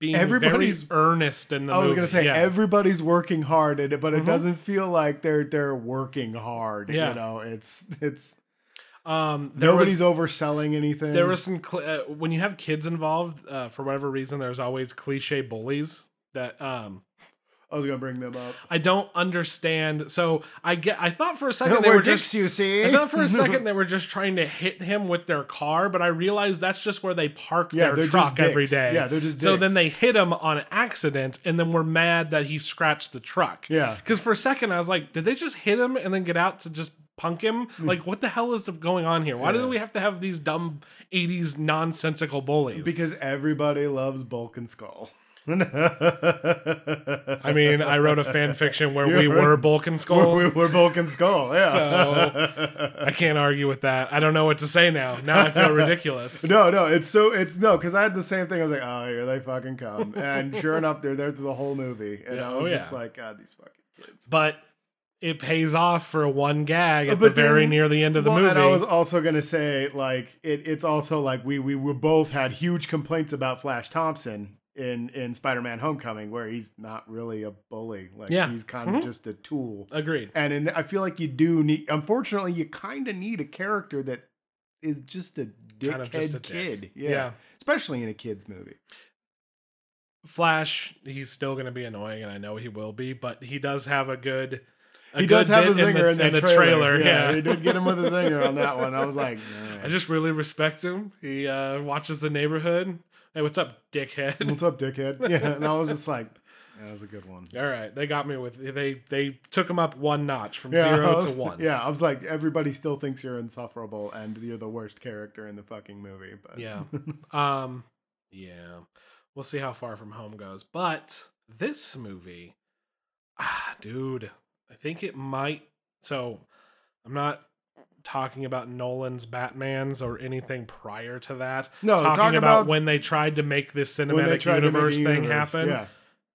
[SPEAKER 1] being
[SPEAKER 2] Everybody's-
[SPEAKER 1] everybody's earnest in the
[SPEAKER 2] I was
[SPEAKER 1] movie.
[SPEAKER 2] gonna say
[SPEAKER 1] yeah.
[SPEAKER 2] everybody's working hard at it, but it
[SPEAKER 1] Mhm.
[SPEAKER 2] doesn't feel like they're they're working hard.
[SPEAKER 1] Yeah.
[SPEAKER 2] You know, it's it's
[SPEAKER 1] um there was-
[SPEAKER 2] Nobody's overselling anything.
[SPEAKER 1] There was some cl- uh, when you have kids involved uh, for whatever reason. There's always cliche bullies that um,
[SPEAKER 2] I was gonna bring them up.
[SPEAKER 1] I don't understand. So I get. I thought for a second they were just.
[SPEAKER 2] you see.
[SPEAKER 1] I thought for a second they were just trying to hit him with their car, but I realized that's just where they park
[SPEAKER 2] yeah,
[SPEAKER 1] their
[SPEAKER 2] they're
[SPEAKER 1] truck
[SPEAKER 2] just
[SPEAKER 1] every
[SPEAKER 2] dicks.
[SPEAKER 1] day.
[SPEAKER 2] Yeah, they're just. Dicks.
[SPEAKER 1] so then they hit him on accident, and then were mad that he scratched the truck.
[SPEAKER 2] Yeah,
[SPEAKER 1] Because for a second I was like, did they just hit him and then get out to just punk him? Like, what the hell is going on here? Why
[SPEAKER 2] Hmm. Yeah.
[SPEAKER 1] do we have to have these dumb '80s nonsensical bullies?
[SPEAKER 2] because everybody loves Bulk and Skull.
[SPEAKER 1] I
[SPEAKER 2] I
[SPEAKER 1] mean, I wrote a fan fiction where we
[SPEAKER 2] You're-
[SPEAKER 1] were Bulk and Skull.
[SPEAKER 2] We're, we're Bulk and Skull. Yeah.
[SPEAKER 1] I can't argue with that. I don't know what to say now. Now I feel ridiculous.
[SPEAKER 2] No, no, it's so it's no, because I had the same thing. I was like, oh, here they fucking come, and sure enough, they're there through the whole movie, and
[SPEAKER 1] Yeah,
[SPEAKER 2] I was
[SPEAKER 1] oh,
[SPEAKER 2] just
[SPEAKER 1] yeah.
[SPEAKER 2] like, God, these fucking kids.
[SPEAKER 1] But it pays off for one gag at
[SPEAKER 2] But
[SPEAKER 1] the very
[SPEAKER 2] then-
[SPEAKER 1] near the end of the
[SPEAKER 2] Well,
[SPEAKER 1] movie.
[SPEAKER 2] And I was also gonna say, like, it, it's also like we we were both had huge complaints about Flash Thompson in in Spider-Man: Homecoming, where he's not really a bully. Like,
[SPEAKER 1] Yeah.
[SPEAKER 2] he's kind
[SPEAKER 1] Mhm.
[SPEAKER 2] of just a tool.
[SPEAKER 1] Agreed.
[SPEAKER 2] And in, I feel like you do need, unfortunately, you kind of need a character that is just a dickhead
[SPEAKER 1] Kind of just a dick.
[SPEAKER 2] kid. Yeah.
[SPEAKER 1] Yeah.
[SPEAKER 2] especially in a kids movie.
[SPEAKER 1] Flash, he's still going to be annoying, and I know he will be, but he does have a good. a
[SPEAKER 2] he does
[SPEAKER 1] good
[SPEAKER 2] have a
[SPEAKER 1] bit
[SPEAKER 2] zinger in,
[SPEAKER 1] the,
[SPEAKER 2] that
[SPEAKER 1] the
[SPEAKER 2] trailer.
[SPEAKER 1] Yeah.
[SPEAKER 2] he did get him with a zinger on that one. I was like,
[SPEAKER 1] I just really respect him. He uh, watches the neighborhood. Hey, what's up, dickhead?
[SPEAKER 2] what's up, dickhead? Yeah, and I was just like, that was a good one.
[SPEAKER 1] All right, they got me with they they took him up one notch from
[SPEAKER 2] I
[SPEAKER 1] zero
[SPEAKER 2] was-
[SPEAKER 1] to one.
[SPEAKER 2] Yeah, I was like, everybody still thinks you're insufferable and you're the worst character in the fucking movie. But
[SPEAKER 1] Yeah. Um yeah. We'll see how far from home goes. But this movie ah dude, I think it might so I'm not talking about Nolan's Batmans or anything prior to that.
[SPEAKER 2] no,
[SPEAKER 1] talking
[SPEAKER 2] Oh, talk
[SPEAKER 1] about,
[SPEAKER 2] about
[SPEAKER 1] when they tried to make this
[SPEAKER 2] when they
[SPEAKER 1] cinematic
[SPEAKER 2] tried to make a
[SPEAKER 1] universe thing
[SPEAKER 2] universe,
[SPEAKER 1] happen.
[SPEAKER 2] Yeah,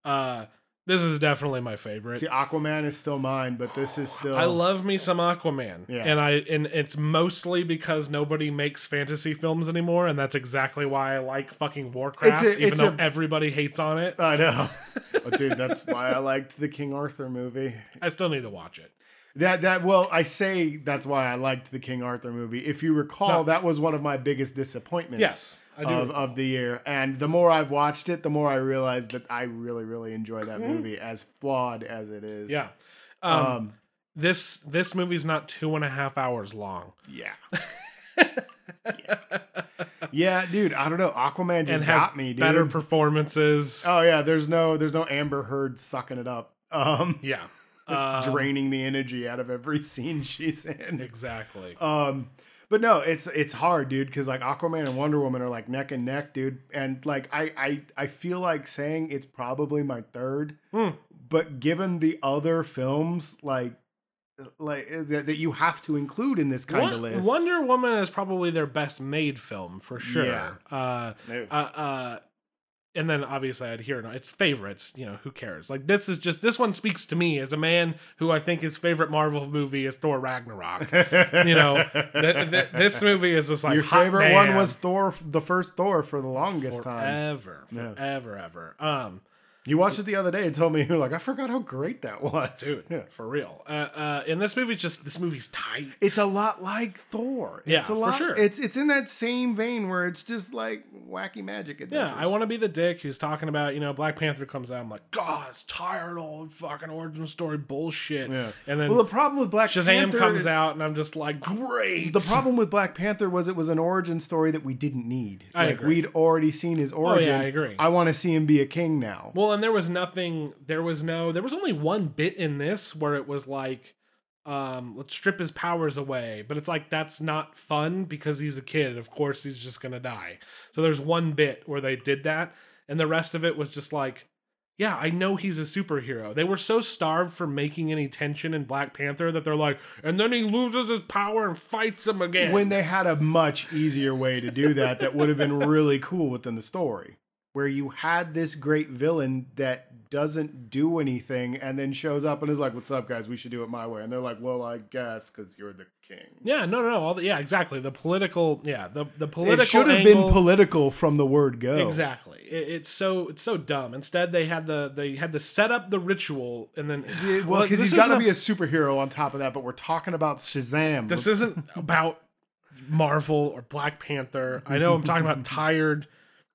[SPEAKER 1] Uh this is definitely my favorite.
[SPEAKER 2] see, Aquaman is still mine, but this is still.
[SPEAKER 1] I love me some Aquaman.
[SPEAKER 2] Yeah.
[SPEAKER 1] And I and it's mostly because nobody makes fantasy films anymore, and that's exactly why I like fucking Warcraft,
[SPEAKER 2] a-
[SPEAKER 1] even
[SPEAKER 2] it's
[SPEAKER 1] though
[SPEAKER 2] a- Uh,
[SPEAKER 1] everybody hates on it.
[SPEAKER 2] I know, but Oh, dude, that's why I liked the King Arthur movie.
[SPEAKER 1] I still need to watch it.
[SPEAKER 2] That that well, I say that's why I liked the King Arthur movie. If you recall,
[SPEAKER 1] not-
[SPEAKER 2] that was one of my biggest disappointments.
[SPEAKER 1] Yes. I do.
[SPEAKER 2] of, of the year. And the more I've watched it, the more I realize that I really, really enjoy that movie, as flawed as it
[SPEAKER 1] Mm-hmm.
[SPEAKER 2] is.
[SPEAKER 1] yeah. Um,
[SPEAKER 2] Um,
[SPEAKER 1] this this movie's not two and a half hours long.
[SPEAKER 2] yeah. yeah. Yeah, dude. I don't know. Aquaman just
[SPEAKER 1] and has
[SPEAKER 2] got me, dude.
[SPEAKER 1] better performances.
[SPEAKER 2] oh yeah, there's no there's no Amber Heard sucking it up. Um
[SPEAKER 1] yeah. Um,
[SPEAKER 2] draining the energy out of every scene she's in.
[SPEAKER 1] Exactly.
[SPEAKER 2] Um, but no, it's it's hard, dude, because like Aquaman and Wonder Woman are like neck and neck, dude. And like I I I feel like saying it's probably my third,
[SPEAKER 1] Hmm.
[SPEAKER 2] but given the other films, like like uh, that, that you have to include in this kind
[SPEAKER 1] Won-
[SPEAKER 2] of list.
[SPEAKER 1] Wonder Woman is probably their best made film for sure.
[SPEAKER 2] Yeah.
[SPEAKER 1] Uh uh, uh and then obviously I'd hear no, it's favorites. You know who cares? Like this is just this one speaks to me as a man who I think his favorite Marvel movie is Thor Ragnarok. you know, Th- th- this movie is just like
[SPEAKER 2] your
[SPEAKER 1] hot
[SPEAKER 2] favorite
[SPEAKER 1] damn, e-
[SPEAKER 2] one was Thor, the first Thor, for the longest time.
[SPEAKER 1] forever,
[SPEAKER 2] Yeah.
[SPEAKER 1] forever, ever. Um,
[SPEAKER 2] You watched it the other day and told me you were like, I forgot how great that was.
[SPEAKER 1] dude,
[SPEAKER 2] Yeah.
[SPEAKER 1] for real. Uh, uh, and this movie's just this movie's tight.
[SPEAKER 2] It's a lot like Thor.
[SPEAKER 1] Yeah,
[SPEAKER 2] it's a
[SPEAKER 1] for
[SPEAKER 2] lot,
[SPEAKER 1] sure.
[SPEAKER 2] It's it's in that same vein where it's just like wacky magic adventures.
[SPEAKER 1] Yeah, I want to be the dick who's talking about, you know, Black Panther comes out. I'm like, God, it's tired old fucking origin story bullshit.
[SPEAKER 2] Yeah.
[SPEAKER 1] And then
[SPEAKER 2] Well, the problem with Black
[SPEAKER 1] Shazam
[SPEAKER 2] Panther
[SPEAKER 1] comes out, and I'm just like, great.
[SPEAKER 2] The problem with Black Panther was it was an origin story that we didn't need.
[SPEAKER 1] I
[SPEAKER 2] like
[SPEAKER 1] agree. Oh,
[SPEAKER 2] we'd already seen his origin.
[SPEAKER 1] I agree.
[SPEAKER 2] I want to see him be a king now.
[SPEAKER 1] Well, and there was nothing. There was no. There was only one bit in this where it was like, um, let's strip his powers away. But it's like that's not fun because he's a kid. Of course, he's just gonna die. So there's one bit where they did that, and the rest of it was just like, yeah, I know he's a superhero. They were so starved for making any tension in Black Panther that they're like, and then he loses his power and fights him again.
[SPEAKER 2] when they had a much easier way to do that that would have been really cool within the story where you had this great villain that doesn't do anything and then shows up and is like what's up guys we should do it my way and they're like well i guess because you're the king
[SPEAKER 1] yeah, no, no, no. All the, yeah, exactly. The political, yeah, the the political.
[SPEAKER 2] it should have
[SPEAKER 1] angle-
[SPEAKER 2] been political from the word go
[SPEAKER 1] Exactly. It, it's so it's so dumb. Instead, they had the they had to set up the ritual and then
[SPEAKER 2] Yeah, well because
[SPEAKER 1] this
[SPEAKER 2] he's got
[SPEAKER 1] isn't
[SPEAKER 2] to be a superhero on top of that but we're talking about shazam
[SPEAKER 1] this isn't about Marvel or Black Panther. I know I'm talking about tired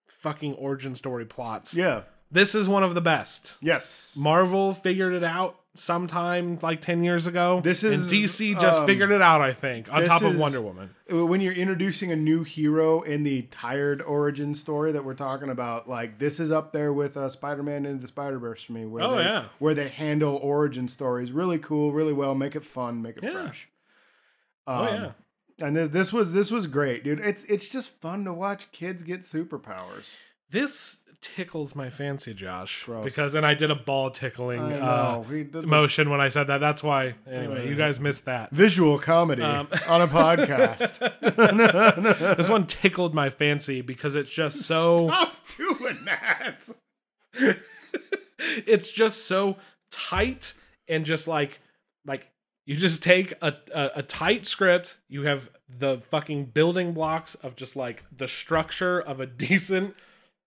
[SPEAKER 1] fucking origin story plots.
[SPEAKER 2] yeah
[SPEAKER 1] This is one of the best.
[SPEAKER 2] yes
[SPEAKER 1] Marvel figured it out sometime like 10 years ago.
[SPEAKER 2] This
[SPEAKER 1] And
[SPEAKER 2] is,
[SPEAKER 1] DC just
[SPEAKER 2] um,
[SPEAKER 1] figured it out, I think, on
[SPEAKER 2] this
[SPEAKER 1] top of
[SPEAKER 2] is-
[SPEAKER 1] Wonder Woman.
[SPEAKER 2] when you're introducing a new hero in the tired origin story that we're talking about, like this is up there with uh, Spider-Man into the Spider-Verse for me. Where
[SPEAKER 1] Oh,
[SPEAKER 2] they,
[SPEAKER 1] yeah.
[SPEAKER 2] where they handle origin stories really cool, really well, make it fun, make it
[SPEAKER 1] Yeah.
[SPEAKER 2] fresh.
[SPEAKER 1] Oh
[SPEAKER 2] Um,
[SPEAKER 1] yeah.
[SPEAKER 2] And this, this was this was great, dude. It's it's just fun to watch kids get superpowers.
[SPEAKER 1] This tickles my fancy, Josh,
[SPEAKER 2] Gross.
[SPEAKER 1] because and I did a ball tickling
[SPEAKER 2] I
[SPEAKER 1] uh,
[SPEAKER 2] know. We did the
[SPEAKER 1] motion when I said that. That's why. Anyway,
[SPEAKER 2] Uh,
[SPEAKER 1] you guys missed that.
[SPEAKER 2] visual comedy
[SPEAKER 1] Um,
[SPEAKER 2] on a podcast.
[SPEAKER 1] This one tickled my fancy because it's just so
[SPEAKER 2] Stop doing that.
[SPEAKER 1] it's just so tight and just like like you just take a, a a tight script. You have the fucking building blocks of just like the structure of a decent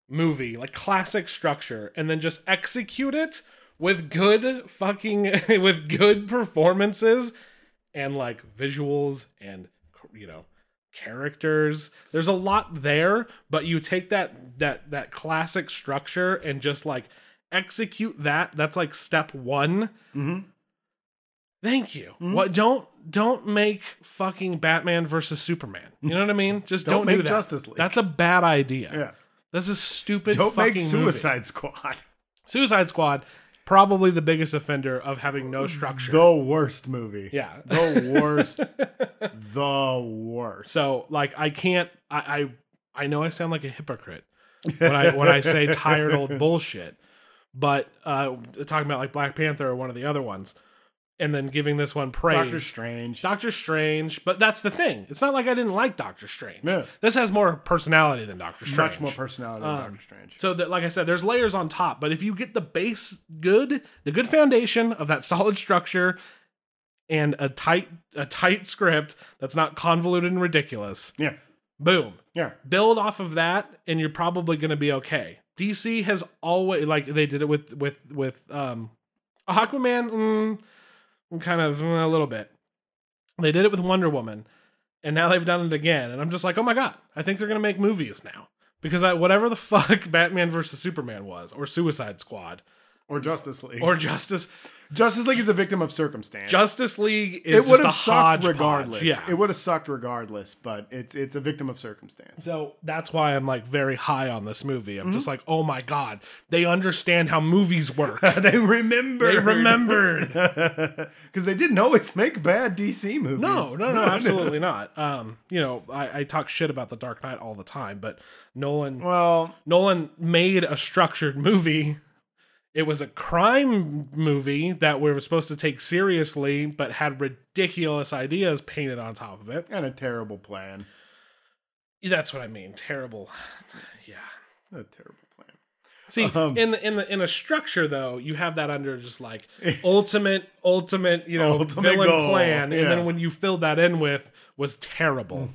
[SPEAKER 1] movie, like classic structure, and then just execute it with good fucking with good performances and like visuals and you know characters there's a lot there but you take that that that classic structure and just like execute that that's like step 1
[SPEAKER 2] Mm-hmm.
[SPEAKER 1] thank you
[SPEAKER 2] Mhm.
[SPEAKER 1] what don't don't make fucking batman versus superman you know what i mean just
[SPEAKER 2] Don't
[SPEAKER 1] don't, do
[SPEAKER 2] make
[SPEAKER 1] that
[SPEAKER 2] Justice League.
[SPEAKER 1] that's a bad idea
[SPEAKER 2] Yeah.
[SPEAKER 1] that's a stupid
[SPEAKER 2] Don't
[SPEAKER 1] fucking
[SPEAKER 2] make
[SPEAKER 1] movie.
[SPEAKER 2] Suicide Squad.
[SPEAKER 1] Suicide Squad, probably the biggest offender of having no structure.
[SPEAKER 2] The worst movie.
[SPEAKER 1] yeah.
[SPEAKER 2] The worst. the worst.
[SPEAKER 1] So like I can't I, I I know I sound like a hypocrite when I when I say tired old bullshit, but uh talking about like Black Panther or one of the other ones, and then giving this one praise.
[SPEAKER 2] Doctor Strange.
[SPEAKER 1] Doctor Strange, but that's the thing. It's not like I didn't like Doctor Strange.
[SPEAKER 2] Yeah.
[SPEAKER 1] This has more personality than Doctor Strange.
[SPEAKER 2] Much more personality than
[SPEAKER 1] Um,
[SPEAKER 2] Doctor Strange.
[SPEAKER 1] So that, like I said, there's layers on top, but if you get the base good, the good foundation of that solid structure, and a tight a tight script that's not convoluted and ridiculous,
[SPEAKER 2] yeah.
[SPEAKER 1] boom,
[SPEAKER 2] Yeah.
[SPEAKER 1] build off of that, and you're probably gonna be okay. DC has always like they did it with with with um, Aquaman, mm, kind of mm, a little bit. They did it with Wonder Woman, and now they've done it again, and I'm just like, oh my god, I think they're gonna make movies now because I, whatever the fuck Batman versus Superman was, or Suicide Squad,
[SPEAKER 2] Or Justice League.
[SPEAKER 1] or Justice
[SPEAKER 2] Justice League is a victim of circumstance.
[SPEAKER 1] Justice League is
[SPEAKER 2] it would
[SPEAKER 1] just a
[SPEAKER 2] have sucked
[SPEAKER 1] hodgepodge.
[SPEAKER 2] regardless.
[SPEAKER 1] Yeah,
[SPEAKER 2] It would have sucked regardless, but it's it's a victim of circumstance.
[SPEAKER 1] So that's why I'm like very high on this movie. I'm just like, oh my god, they understand how movies work.
[SPEAKER 2] they remember.
[SPEAKER 1] They remembered.
[SPEAKER 2] Because they didn't always make bad DC movies.
[SPEAKER 1] No, no, no, absolutely not. Um, you know, I, I talk shit about the Dark Knight all the time, but Nolan
[SPEAKER 2] Well,
[SPEAKER 1] Nolan made a structured movie. It was a crime movie that we were supposed to take seriously, but had ridiculous ideas painted on top of it.
[SPEAKER 2] and a terrible plan.
[SPEAKER 1] That's what I mean. Terrible. Yeah.
[SPEAKER 2] A terrible plan.
[SPEAKER 1] See,
[SPEAKER 2] Um,
[SPEAKER 1] in the in the in a structure though, you have that under just like ultimate, ultimate, you know,
[SPEAKER 2] Ultimate
[SPEAKER 1] villain
[SPEAKER 2] goal,
[SPEAKER 1] plan, and
[SPEAKER 2] yeah.
[SPEAKER 1] then when you filled that in with was terrible.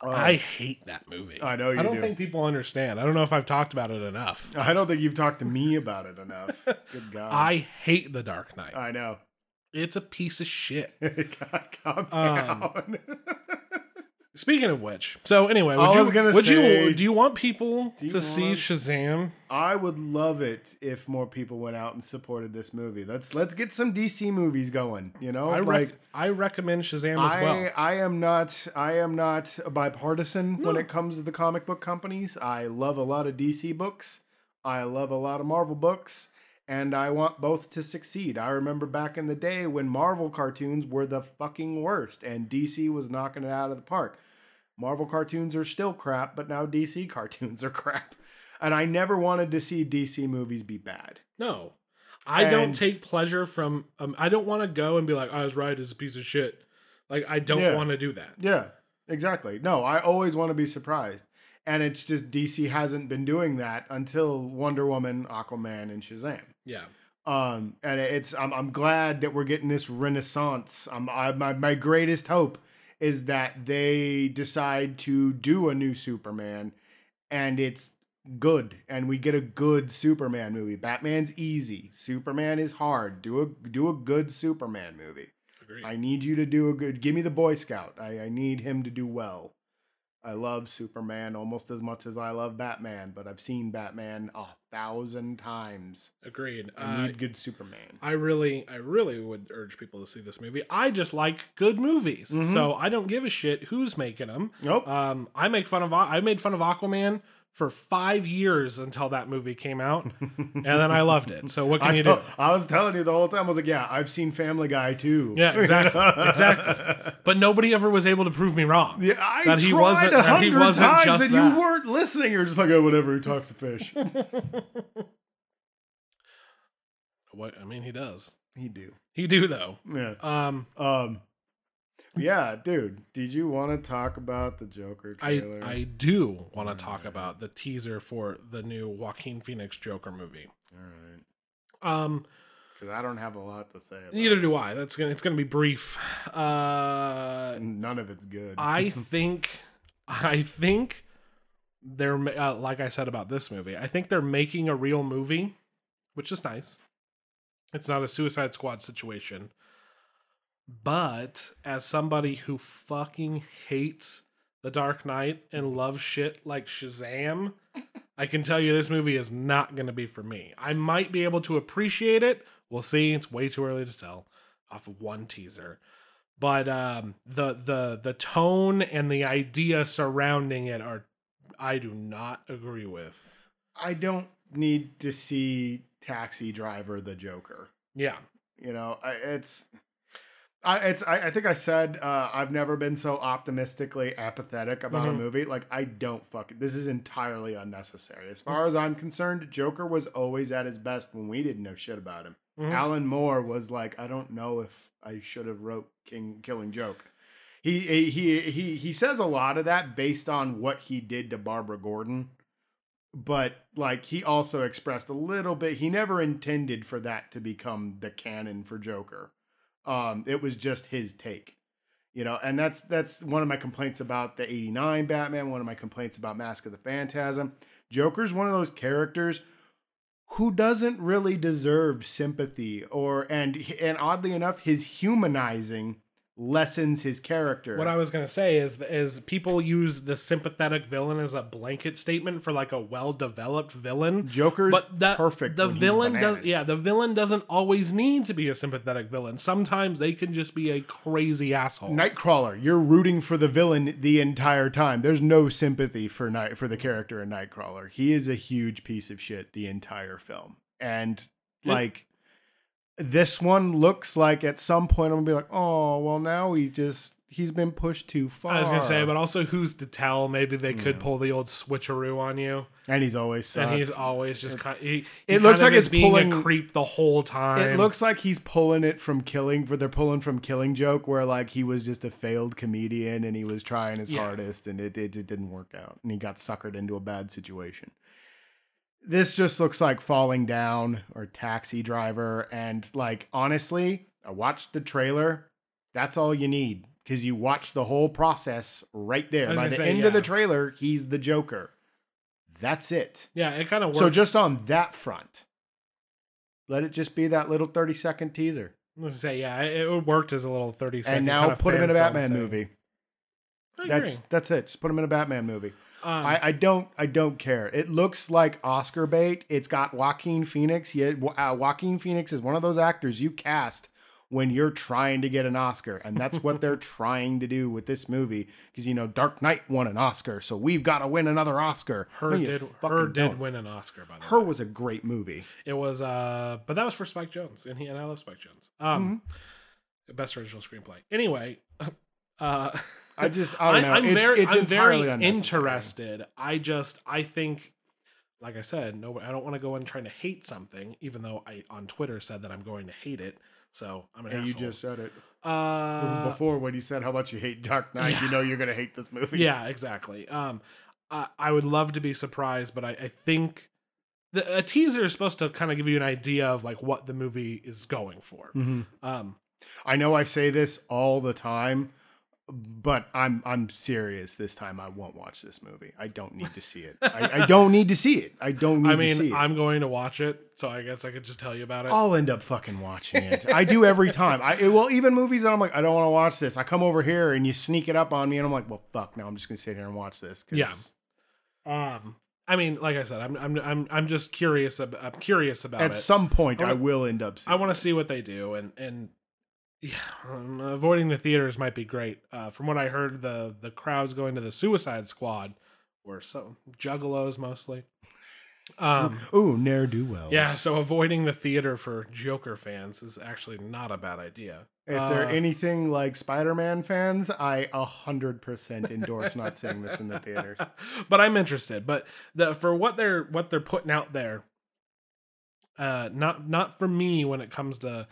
[SPEAKER 2] um,
[SPEAKER 1] I hate that movie.
[SPEAKER 2] I know you
[SPEAKER 1] I don't
[SPEAKER 2] do. Uh,
[SPEAKER 1] think people understand. I don't know if I've talked about it enough.
[SPEAKER 2] I don't think you've talked to me about it enough. Good God.
[SPEAKER 1] I hate The Dark Knight.
[SPEAKER 2] I know.
[SPEAKER 1] It's a piece of shit.
[SPEAKER 2] God, calm
[SPEAKER 1] Um,
[SPEAKER 2] down.
[SPEAKER 1] Speaking of which, so anyway, would
[SPEAKER 2] I
[SPEAKER 1] you,
[SPEAKER 2] was gonna
[SPEAKER 1] would
[SPEAKER 2] say-
[SPEAKER 1] you do you want people
[SPEAKER 2] Do you
[SPEAKER 1] to see
[SPEAKER 2] want-
[SPEAKER 1] Shazam?
[SPEAKER 2] I would love it if more people went out and supported this movie. Let's let's get some DC movies going. You know,
[SPEAKER 1] I rec-
[SPEAKER 2] like
[SPEAKER 1] I recommend Shazam as
[SPEAKER 2] I
[SPEAKER 1] well.
[SPEAKER 2] I am not I am not a bipartisan when
[SPEAKER 1] No.
[SPEAKER 2] it comes to the comic book companies. I love a lot of DC books. I love a lot of Marvel books. And I want both to succeed. I remember back in the day when Marvel cartoons were the fucking worst and DC was knocking it out of the park. Marvel cartoons are still crap, but now DC cartoons are crap. And I never wanted to see DC movies be bad.
[SPEAKER 1] No, I don't
[SPEAKER 2] And-
[SPEAKER 1] take pleasure from. Um, I don't want to go and be like, "Oh, I was right. It's a piece of shit. Like I don't
[SPEAKER 2] Yeah.
[SPEAKER 1] want to do that.
[SPEAKER 2] Yeah, exactly. No, I always want to be surprised. And it's just DC hasn't been doing that until Wonder Woman, Aquaman, and Shazam.
[SPEAKER 1] Yeah,
[SPEAKER 2] Um, and it's I'm, I'm glad that we're getting this renaissance. Um, I, my my greatest hope is that they decide to do a new Superman, and it's good, and we get a good Superman movie. Batman's easy, Superman is hard. Do a do a good Superman movie.
[SPEAKER 1] agree.
[SPEAKER 2] I need you to do a good. Give me the Boy Scout. I, I need him to do well. I love Superman almost as much as I love Batman, but I've seen Batman a thousand times.
[SPEAKER 1] Agreed.
[SPEAKER 2] I
[SPEAKER 1] Uh,
[SPEAKER 2] need good Superman.
[SPEAKER 1] I really, I really would urge people to see this movie. I just like good movies,
[SPEAKER 2] Mhm.
[SPEAKER 1] so I don't give a shit who's making them.
[SPEAKER 2] Nope.
[SPEAKER 1] Um, I make fun of. I made fun of Aquaman for five years until that movie came out, and then I loved it. So what can
[SPEAKER 2] I,
[SPEAKER 1] you
[SPEAKER 2] tell-
[SPEAKER 1] do?
[SPEAKER 2] I was telling you the whole time. I was like, yeah, I've seen Family Guy too.
[SPEAKER 1] Yeah, exactly, exactly. But nobody ever was able to prove me wrong.
[SPEAKER 2] Yeah, I
[SPEAKER 1] That
[SPEAKER 2] tried
[SPEAKER 1] he wasn't-
[SPEAKER 2] a
[SPEAKER 1] that he
[SPEAKER 2] hundred
[SPEAKER 1] wasn't
[SPEAKER 2] times
[SPEAKER 1] just
[SPEAKER 2] and
[SPEAKER 1] that.
[SPEAKER 2] you weren't listening. You're just like, oh, whatever. He talks to fish.
[SPEAKER 1] What I mean, he does.
[SPEAKER 2] he do.
[SPEAKER 1] He do though.
[SPEAKER 2] Yeah.
[SPEAKER 1] Um,
[SPEAKER 2] Um. Yeah, dude. Did you want to talk about the Joker
[SPEAKER 1] I
[SPEAKER 2] trailer?
[SPEAKER 1] I do want to talk about the teaser for the new Joaquin Phoenix Joker movie.
[SPEAKER 2] All right.
[SPEAKER 1] Um,
[SPEAKER 2] Because I don't have a lot to say. About
[SPEAKER 1] neither
[SPEAKER 2] it.
[SPEAKER 1] do I. That's gonna it's gonna be brief. Uh,
[SPEAKER 2] None of it's good.
[SPEAKER 1] I think I think they're ma- uh, like I said about this movie. I think they're making a real movie, which is nice. It's not a Suicide Squad situation. But as somebody who fucking hates The Dark Knight and loves shit like Shazam, I can tell you this movie is not going to be for me. I might be able to appreciate it. We'll see. It's way too early to tell off of one teaser but um, the the the tone and the idea surrounding it are I do not agree with.
[SPEAKER 2] I don't need to see Taxi Driver the Joker.
[SPEAKER 1] Yeah,
[SPEAKER 2] You know, I, it's. I, it's I, I think I said uh, I've never been so optimistically apathetic about
[SPEAKER 1] Mhm.
[SPEAKER 2] a movie. Like I don't fuck this is entirely unnecessary.
[SPEAKER 1] Mm-hmm.
[SPEAKER 2] As far as I'm concerned, Joker was always at his best when we didn't know shit about him.
[SPEAKER 1] Mhm.
[SPEAKER 2] Alan Moore was like, I don't know if I should have wrote King Killing Joke. He he he he, he says a lot of that based on what he did to Barbara Gordon, but like he also expressed a little bit. He never intended for that to become the canon for Joker. Um, it was just his take. You know, and that's that's one of my complaints about the 89 Batman, one of my complaints about Mask of the Phantasm. Joker's one of those characters who doesn't really deserve sympathy or and and oddly enough his humanizing lessens his character
[SPEAKER 1] what I was gonna say is is people use the sympathetic villain as a blanket statement for like a well developed villain.
[SPEAKER 2] joker's
[SPEAKER 1] But that
[SPEAKER 2] perfect
[SPEAKER 1] the
[SPEAKER 2] when he's
[SPEAKER 1] villain does
[SPEAKER 2] bananas.
[SPEAKER 1] yeah the villain doesn't always need to be a sympathetic villain. Sometimes they can just be a crazy asshole.
[SPEAKER 2] nightcrawler you're rooting for the villain the entire time there's no sympathy for night for the character in nightcrawler he is a huge piece of shit the entire film and
[SPEAKER 1] Yeah.
[SPEAKER 2] like this one looks like at some point i'm gonna be like oh well now he just he's been pushed too far
[SPEAKER 1] I was gonna say, but also who's to tell? Maybe they could pull the old switcheroo on you,
[SPEAKER 2] and he's always sucks.
[SPEAKER 1] and he's always just kind. He, he
[SPEAKER 2] It looks
[SPEAKER 1] kind of
[SPEAKER 2] like
[SPEAKER 1] is
[SPEAKER 2] it's
[SPEAKER 1] being a
[SPEAKER 2] pulling-
[SPEAKER 1] creep the whole time.
[SPEAKER 2] It looks like he's pulling it from killing, but they're pulling from killing joke where like he was just a failed comedian and he was trying his
[SPEAKER 1] Yeah.
[SPEAKER 2] hardest and it, it, it didn't work out and he got suckered into a bad situation. This just looks like falling down or taxi driver. And like, honestly, I watched the trailer. That's all you need. because you watch the whole process right there.
[SPEAKER 1] was
[SPEAKER 2] By
[SPEAKER 1] gonna
[SPEAKER 2] the
[SPEAKER 1] say,
[SPEAKER 2] end of the
[SPEAKER 1] yeah.
[SPEAKER 2] trailer, he's the Joker. That's it.
[SPEAKER 1] Yeah, it kind of works.
[SPEAKER 2] So just on that front, let it just be that little thirty second teaser,
[SPEAKER 1] I was gonna say, yeah, it, it worked as a little thirty second.
[SPEAKER 2] and now
[SPEAKER 1] kinda
[SPEAKER 2] put him
[SPEAKER 1] fan
[SPEAKER 2] in a
[SPEAKER 1] film
[SPEAKER 2] Batman
[SPEAKER 1] thing.
[SPEAKER 2] movie.
[SPEAKER 1] I
[SPEAKER 2] That's
[SPEAKER 1] agree.
[SPEAKER 2] that's it. Just put him in a Batman movie.
[SPEAKER 1] Um,
[SPEAKER 2] I, I don't I don't care. It looks like Oscar bait. It's got Joaquin Phoenix. Yeah, Wa- uh, Joaquin Phoenix is one of those actors you cast when you're trying to get an Oscar, and that's what they're trying to do with this movie. Because you know, Dark Knight won an Oscar, so we've got to win another Oscar.
[SPEAKER 1] her
[SPEAKER 2] No, you
[SPEAKER 1] did
[SPEAKER 2] fucking
[SPEAKER 1] her did
[SPEAKER 2] don't.
[SPEAKER 1] win an Oscar by the way.
[SPEAKER 2] Her was a great movie.
[SPEAKER 1] It was uh but that was for Spike Jones and he and I love Spike Jones.
[SPEAKER 2] Mm-hmm.
[SPEAKER 1] Um best original screenplay. Anyway, uh
[SPEAKER 2] I just I don't know.
[SPEAKER 1] I'm
[SPEAKER 2] it's
[SPEAKER 1] very,
[SPEAKER 2] it's
[SPEAKER 1] I'm
[SPEAKER 2] entirely
[SPEAKER 1] very
[SPEAKER 2] unnecessary.
[SPEAKER 1] interested. I just I think like I said, no I don't want to go in trying to hate something even though I on Twitter said that I'm going to hate it. So I'm an
[SPEAKER 2] Yeah, you
[SPEAKER 1] asshole.
[SPEAKER 2] just said it
[SPEAKER 1] uh
[SPEAKER 2] before when you said how much you hate Dark Knight. You know you're gonna hate this movie.
[SPEAKER 1] Yeah, exactly. Um, I, I would love to be surprised, but I, I think the, a teaser is supposed to kind of give you an idea of like what the movie is going for.
[SPEAKER 2] Mhm.
[SPEAKER 1] Um,
[SPEAKER 2] I know I say this all the time, but I'm I'm serious this time. I won't watch this movie. I don't need to see it. I, I don't need to see it. I don't need
[SPEAKER 1] I
[SPEAKER 2] to see it.
[SPEAKER 1] mean, I'm going to watch it, so I guess I could just tell you about it.
[SPEAKER 2] I'll end up fucking watching it. I do every time. I it- well, even movies that I'm like, I don't want to watch this. I come over here and you sneak it up on me, and I'm like, well, fuck. Now I'm just gonna sit here and watch this. 'cause
[SPEAKER 1] Yeah. Um, I mean, like I said, I'm I'm I'm I'm just curious. Ab- I'm curious about
[SPEAKER 2] At
[SPEAKER 1] it.
[SPEAKER 2] some point,
[SPEAKER 1] I
[SPEAKER 2] I,
[SPEAKER 1] wanna-
[SPEAKER 2] will end up. Seeing
[SPEAKER 1] I want to see what they do, and and yeah, um, avoiding the theaters might be great. Uh, from what I heard, the the crowds going to the Suicide Squad were some juggalos mostly. Um,
[SPEAKER 2] it. Ooh, ne'er do well.
[SPEAKER 1] yeah, so avoiding the theater for Joker fans is actually not a bad idea.
[SPEAKER 2] If they're
[SPEAKER 1] Uh,
[SPEAKER 2] anything like Spider-Man fans, I hundred percent endorse not seeing this in the theaters.
[SPEAKER 1] but I'm interested. But the for what they're what they're putting out there, uh, not not for me when it comes to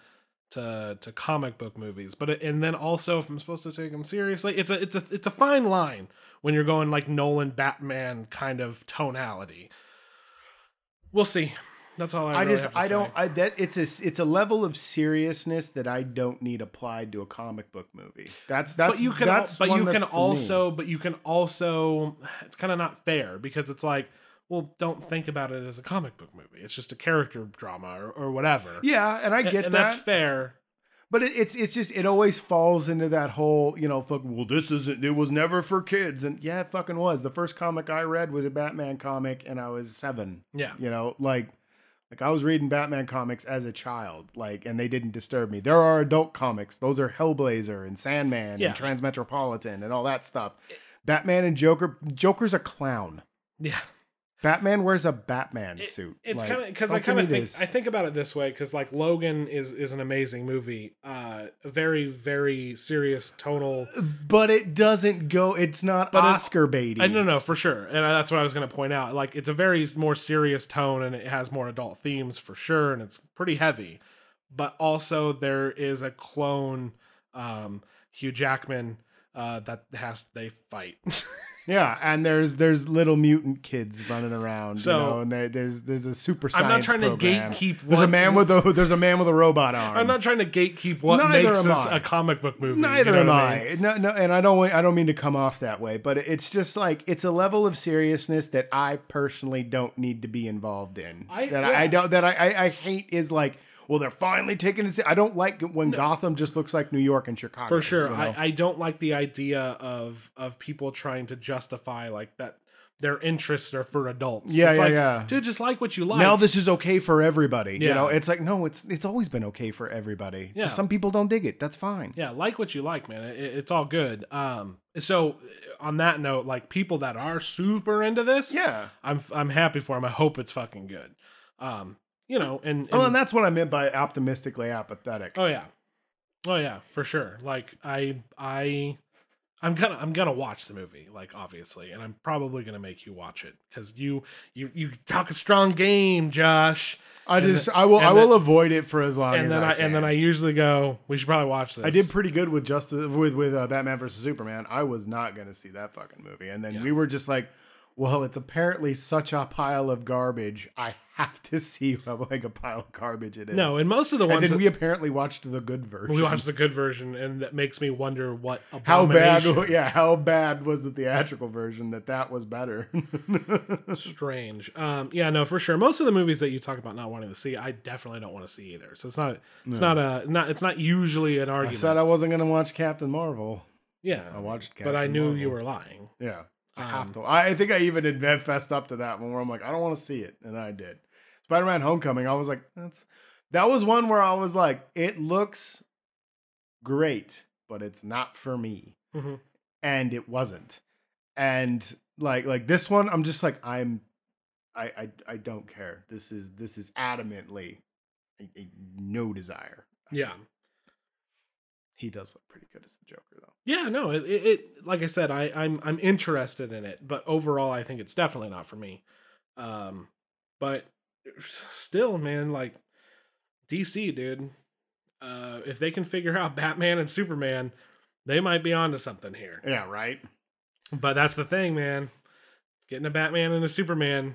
[SPEAKER 1] to to comic book movies, but it, and then also if I'm supposed to take them seriously, it's a it's a it's a fine line when you're going like Nolan Batman kind of tonality. We'll see. That's all I.
[SPEAKER 2] I
[SPEAKER 1] really
[SPEAKER 2] just
[SPEAKER 1] have to
[SPEAKER 2] I
[SPEAKER 1] say.
[SPEAKER 2] don't I that it's a it's a level of seriousness that I don't need applied to a comic book movie. That's that's
[SPEAKER 1] but you can
[SPEAKER 2] that's
[SPEAKER 1] but
[SPEAKER 2] one
[SPEAKER 1] you
[SPEAKER 2] that's
[SPEAKER 1] can
[SPEAKER 2] for me.
[SPEAKER 1] also but you can also it's kind of not fair because it's like well don't think about it as a comic book movie it's just a character drama or, or whatever
[SPEAKER 2] yeah, and I
[SPEAKER 1] And-
[SPEAKER 2] get
[SPEAKER 1] and
[SPEAKER 2] that,
[SPEAKER 1] that's fair
[SPEAKER 2] but it, it's it's just it always falls into that whole you know fuck well this isn't it was never for kids and yeah it fucking was the first comic I read was a Batman comic and I was seven
[SPEAKER 1] yeah
[SPEAKER 2] you know like like I was reading Batman comics as a child like and they didn't disturb me there are adult comics those are Hellblazer and Sandman
[SPEAKER 1] Yeah.
[SPEAKER 2] and Transmetropolitan and all that stuff Batman and Joker Joker's a clown
[SPEAKER 1] yeah
[SPEAKER 2] Batman wears a Batman
[SPEAKER 1] It-
[SPEAKER 2] suit
[SPEAKER 1] it's
[SPEAKER 2] Like,
[SPEAKER 1] kind of because
[SPEAKER 2] don't
[SPEAKER 1] I
[SPEAKER 2] give
[SPEAKER 1] kind
[SPEAKER 2] me
[SPEAKER 1] of think
[SPEAKER 2] this.
[SPEAKER 1] I think about it this way because like Logan is is an amazing movie, uh, a very very serious tonal.
[SPEAKER 2] but it doesn't go it's not
[SPEAKER 1] But it-
[SPEAKER 2] Oscar baity
[SPEAKER 1] I no no for sure, and I, that's what I was going to point out. Like it's a very s- more serious tone, and it has more adult themes for sure, and it's pretty heavy. But also there is a clone, um, Hugh Jackman, uh, that has they fight.
[SPEAKER 2] yeah and there's there's little mutant kids running around
[SPEAKER 1] So-
[SPEAKER 2] you know and there, there's there's a super
[SPEAKER 1] I'm not
[SPEAKER 2] science
[SPEAKER 1] trying
[SPEAKER 2] program.
[SPEAKER 1] to gatekeep.
[SPEAKER 2] there's
[SPEAKER 1] what-
[SPEAKER 2] a man with a there's a man with a robot arm
[SPEAKER 1] I'm not trying to gatekeep what
[SPEAKER 2] Neither
[SPEAKER 1] makes
[SPEAKER 2] am
[SPEAKER 1] this
[SPEAKER 2] I.
[SPEAKER 1] a comic book movie. you
[SPEAKER 2] Neither
[SPEAKER 1] know
[SPEAKER 2] am
[SPEAKER 1] what
[SPEAKER 2] I. No, no, and I don't. wa- I don't mean to come off that way, but it's just like it's a level of seriousness that I personally don't need to be involved in.
[SPEAKER 1] I-
[SPEAKER 2] that
[SPEAKER 1] yeah.
[SPEAKER 2] I don't. That I, I, I hate is like. Well, they're finally taking it. se- I don't like it when Gotham just looks like New York and Chicago.
[SPEAKER 1] for sure
[SPEAKER 2] you know?
[SPEAKER 1] I, I don't like the idea of of people trying to justify like that their interests are for adults
[SPEAKER 2] yeah,
[SPEAKER 1] It's
[SPEAKER 2] yeah,
[SPEAKER 1] like,
[SPEAKER 2] yeah.
[SPEAKER 1] dude just like what you like
[SPEAKER 2] now this is okay for everybody. You
[SPEAKER 1] Yeah.
[SPEAKER 2] know, it's like no, it's it's always been okay for everybody.
[SPEAKER 1] Yeah.
[SPEAKER 2] Just some people don't dig it. That's fine.
[SPEAKER 1] yeah like what you like man it, it's all good um so on that note like people that are super into this
[SPEAKER 2] Yeah.
[SPEAKER 1] i'm i'm happy for them i hope it's fucking good um you know and,
[SPEAKER 2] Well, and that's what I meant by optimistically apathetic.
[SPEAKER 1] Oh yeah. Oh yeah, for sure. Like I I I'm gonna I'm gonna watch the movie, like obviously, and I'm probably gonna make you watch it because you you you talk a strong game, Josh.
[SPEAKER 2] I
[SPEAKER 1] and
[SPEAKER 2] just I will I
[SPEAKER 1] and
[SPEAKER 2] will
[SPEAKER 1] the-
[SPEAKER 2] avoid it for as long as
[SPEAKER 1] And then I,
[SPEAKER 2] can.
[SPEAKER 1] and then I usually go, we should probably watch this.
[SPEAKER 2] I did pretty good with just with with uh, Batman versus Superman. I was not going to see that fucking movie, and then
[SPEAKER 1] Yeah.
[SPEAKER 2] we were just like, well, it's apparently such a pile of garbage. I have to see how big a pile of garbage it is.
[SPEAKER 1] No, and most of the
[SPEAKER 2] and
[SPEAKER 1] ones
[SPEAKER 2] then
[SPEAKER 1] that-
[SPEAKER 2] we apparently watched the good version.
[SPEAKER 1] we, watched the good version, and that makes me wonder what
[SPEAKER 2] how bad?
[SPEAKER 1] abomination-
[SPEAKER 2] Yeah, how bad was the theatrical version? That that was better.
[SPEAKER 1] strange. Um, yeah, no, for sure. Most of the movies that you talk about not wanting to see, I definitely don't want to see either. So it's not it's not a not it's not usually an
[SPEAKER 2] I
[SPEAKER 1] argument.
[SPEAKER 2] said I wasn't gonna watch Captain Marvel.
[SPEAKER 1] yeah,
[SPEAKER 2] I watched, Captain
[SPEAKER 1] but I knew you
[SPEAKER 2] Marvel.
[SPEAKER 1] were lying.
[SPEAKER 2] Yeah, I
[SPEAKER 1] Um,
[SPEAKER 2] have to. I I think I even admit fessed up to that one where I'm like, I don't want to see it, and I did. Spider-Man: Homecoming. I was like, that's that was one where I was like, it looks great, but it's not for me,
[SPEAKER 1] Mhm.
[SPEAKER 2] and it wasn't. And like like this one, I'm just like I'm, I I I don't care. This is this is adamantly a, a no desire.
[SPEAKER 1] Yeah,
[SPEAKER 2] He does look pretty good as the Joker though.
[SPEAKER 1] yeah, no, it, it, it like I said, I I'm I'm interested in it, but overall, I think it's definitely not for me. Um, but still, man, like DC, dude. Uh, if they can figure out Batman and Superman, they might be onto something here.
[SPEAKER 2] Yeah, right.
[SPEAKER 1] But that's the thing, man. Getting a Batman and a Superman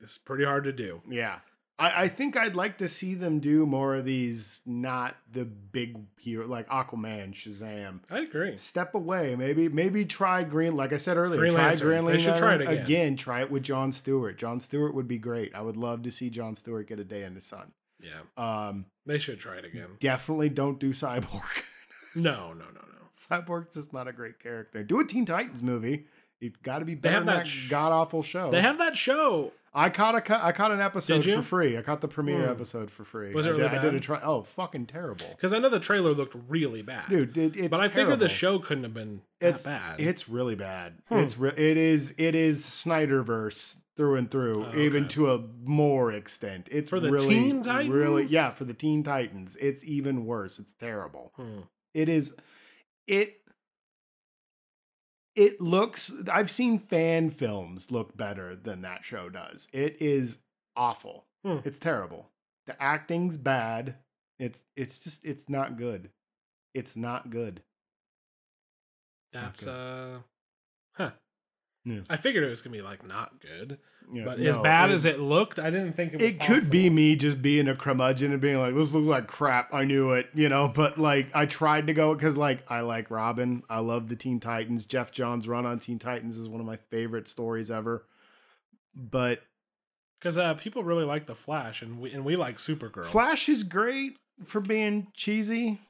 [SPEAKER 1] is pretty hard to do.
[SPEAKER 2] Yeah. I, I think I'd like to see them do more of these not the big hero like Aquaman, Shazam.
[SPEAKER 1] I agree.
[SPEAKER 2] Step away, maybe maybe try Green like I said earlier,
[SPEAKER 1] Green
[SPEAKER 2] try
[SPEAKER 1] Lantern.
[SPEAKER 2] Green
[SPEAKER 1] They should
[SPEAKER 2] Lantern
[SPEAKER 1] try it again.
[SPEAKER 2] Try it with John Stewart. John Stewart would be great. I would love to see John Stewart get a day in the sun.
[SPEAKER 1] Yeah,
[SPEAKER 2] Um,
[SPEAKER 1] they should try it again.
[SPEAKER 2] definitely don't do Cyborg.
[SPEAKER 1] No, no, no, no.
[SPEAKER 2] Cyborg's just not a great character. Do a Teen Titans movie. It's got to be better
[SPEAKER 1] have
[SPEAKER 2] than that,
[SPEAKER 1] that sh-
[SPEAKER 2] god awful show.
[SPEAKER 1] They have that show.
[SPEAKER 2] I caught a cu- I caught an episode
[SPEAKER 1] Did you?
[SPEAKER 2] for free. I caught the premiere
[SPEAKER 1] Hmm.
[SPEAKER 2] episode for free.
[SPEAKER 1] Was it
[SPEAKER 2] I did,
[SPEAKER 1] really
[SPEAKER 2] I did a
[SPEAKER 1] bad?
[SPEAKER 2] try. Oh, fucking terrible,
[SPEAKER 1] Because I know the trailer looked really bad,
[SPEAKER 2] dude. It, it's
[SPEAKER 1] but I
[SPEAKER 2] terrible.
[SPEAKER 1] figured the show couldn't have been that
[SPEAKER 2] It's
[SPEAKER 1] bad.
[SPEAKER 2] It's really bad.
[SPEAKER 1] Hmm.
[SPEAKER 2] It's re- it is it is Snyderverse through and through,
[SPEAKER 1] Oh,
[SPEAKER 2] even
[SPEAKER 1] okay.
[SPEAKER 2] to a more extent. It's
[SPEAKER 1] For the
[SPEAKER 2] really,
[SPEAKER 1] Teen
[SPEAKER 2] really
[SPEAKER 1] Titans?
[SPEAKER 2] yeah for the Teen Titans. It's even worse. It's terrible.
[SPEAKER 1] Hmm.
[SPEAKER 2] It is it it looks I've seen fan films look better than that show does. It is awful.
[SPEAKER 1] Hmm.
[SPEAKER 2] It's terrible. The acting's bad. It's it's just it's not good. It's not good.
[SPEAKER 1] That's
[SPEAKER 2] Okay.
[SPEAKER 1] uh, huh.
[SPEAKER 2] Yeah.
[SPEAKER 1] I figured it was gonna be like not good,
[SPEAKER 2] Yeah,
[SPEAKER 1] but as
[SPEAKER 2] no,
[SPEAKER 1] bad as it looked, I didn't think it. Was
[SPEAKER 2] it could be
[SPEAKER 1] possible.
[SPEAKER 2] me just being a curmudgeon and being like, this looks like crap. I knew it, you know, but like I tried to go because like I like Robin. I love the Teen Titans. Jeff Johns' run on Teen Titans is one of my favorite stories ever. But
[SPEAKER 1] because uh, people really like the Flash, and we and we like Supergirl.
[SPEAKER 2] Flash is great for being cheesy.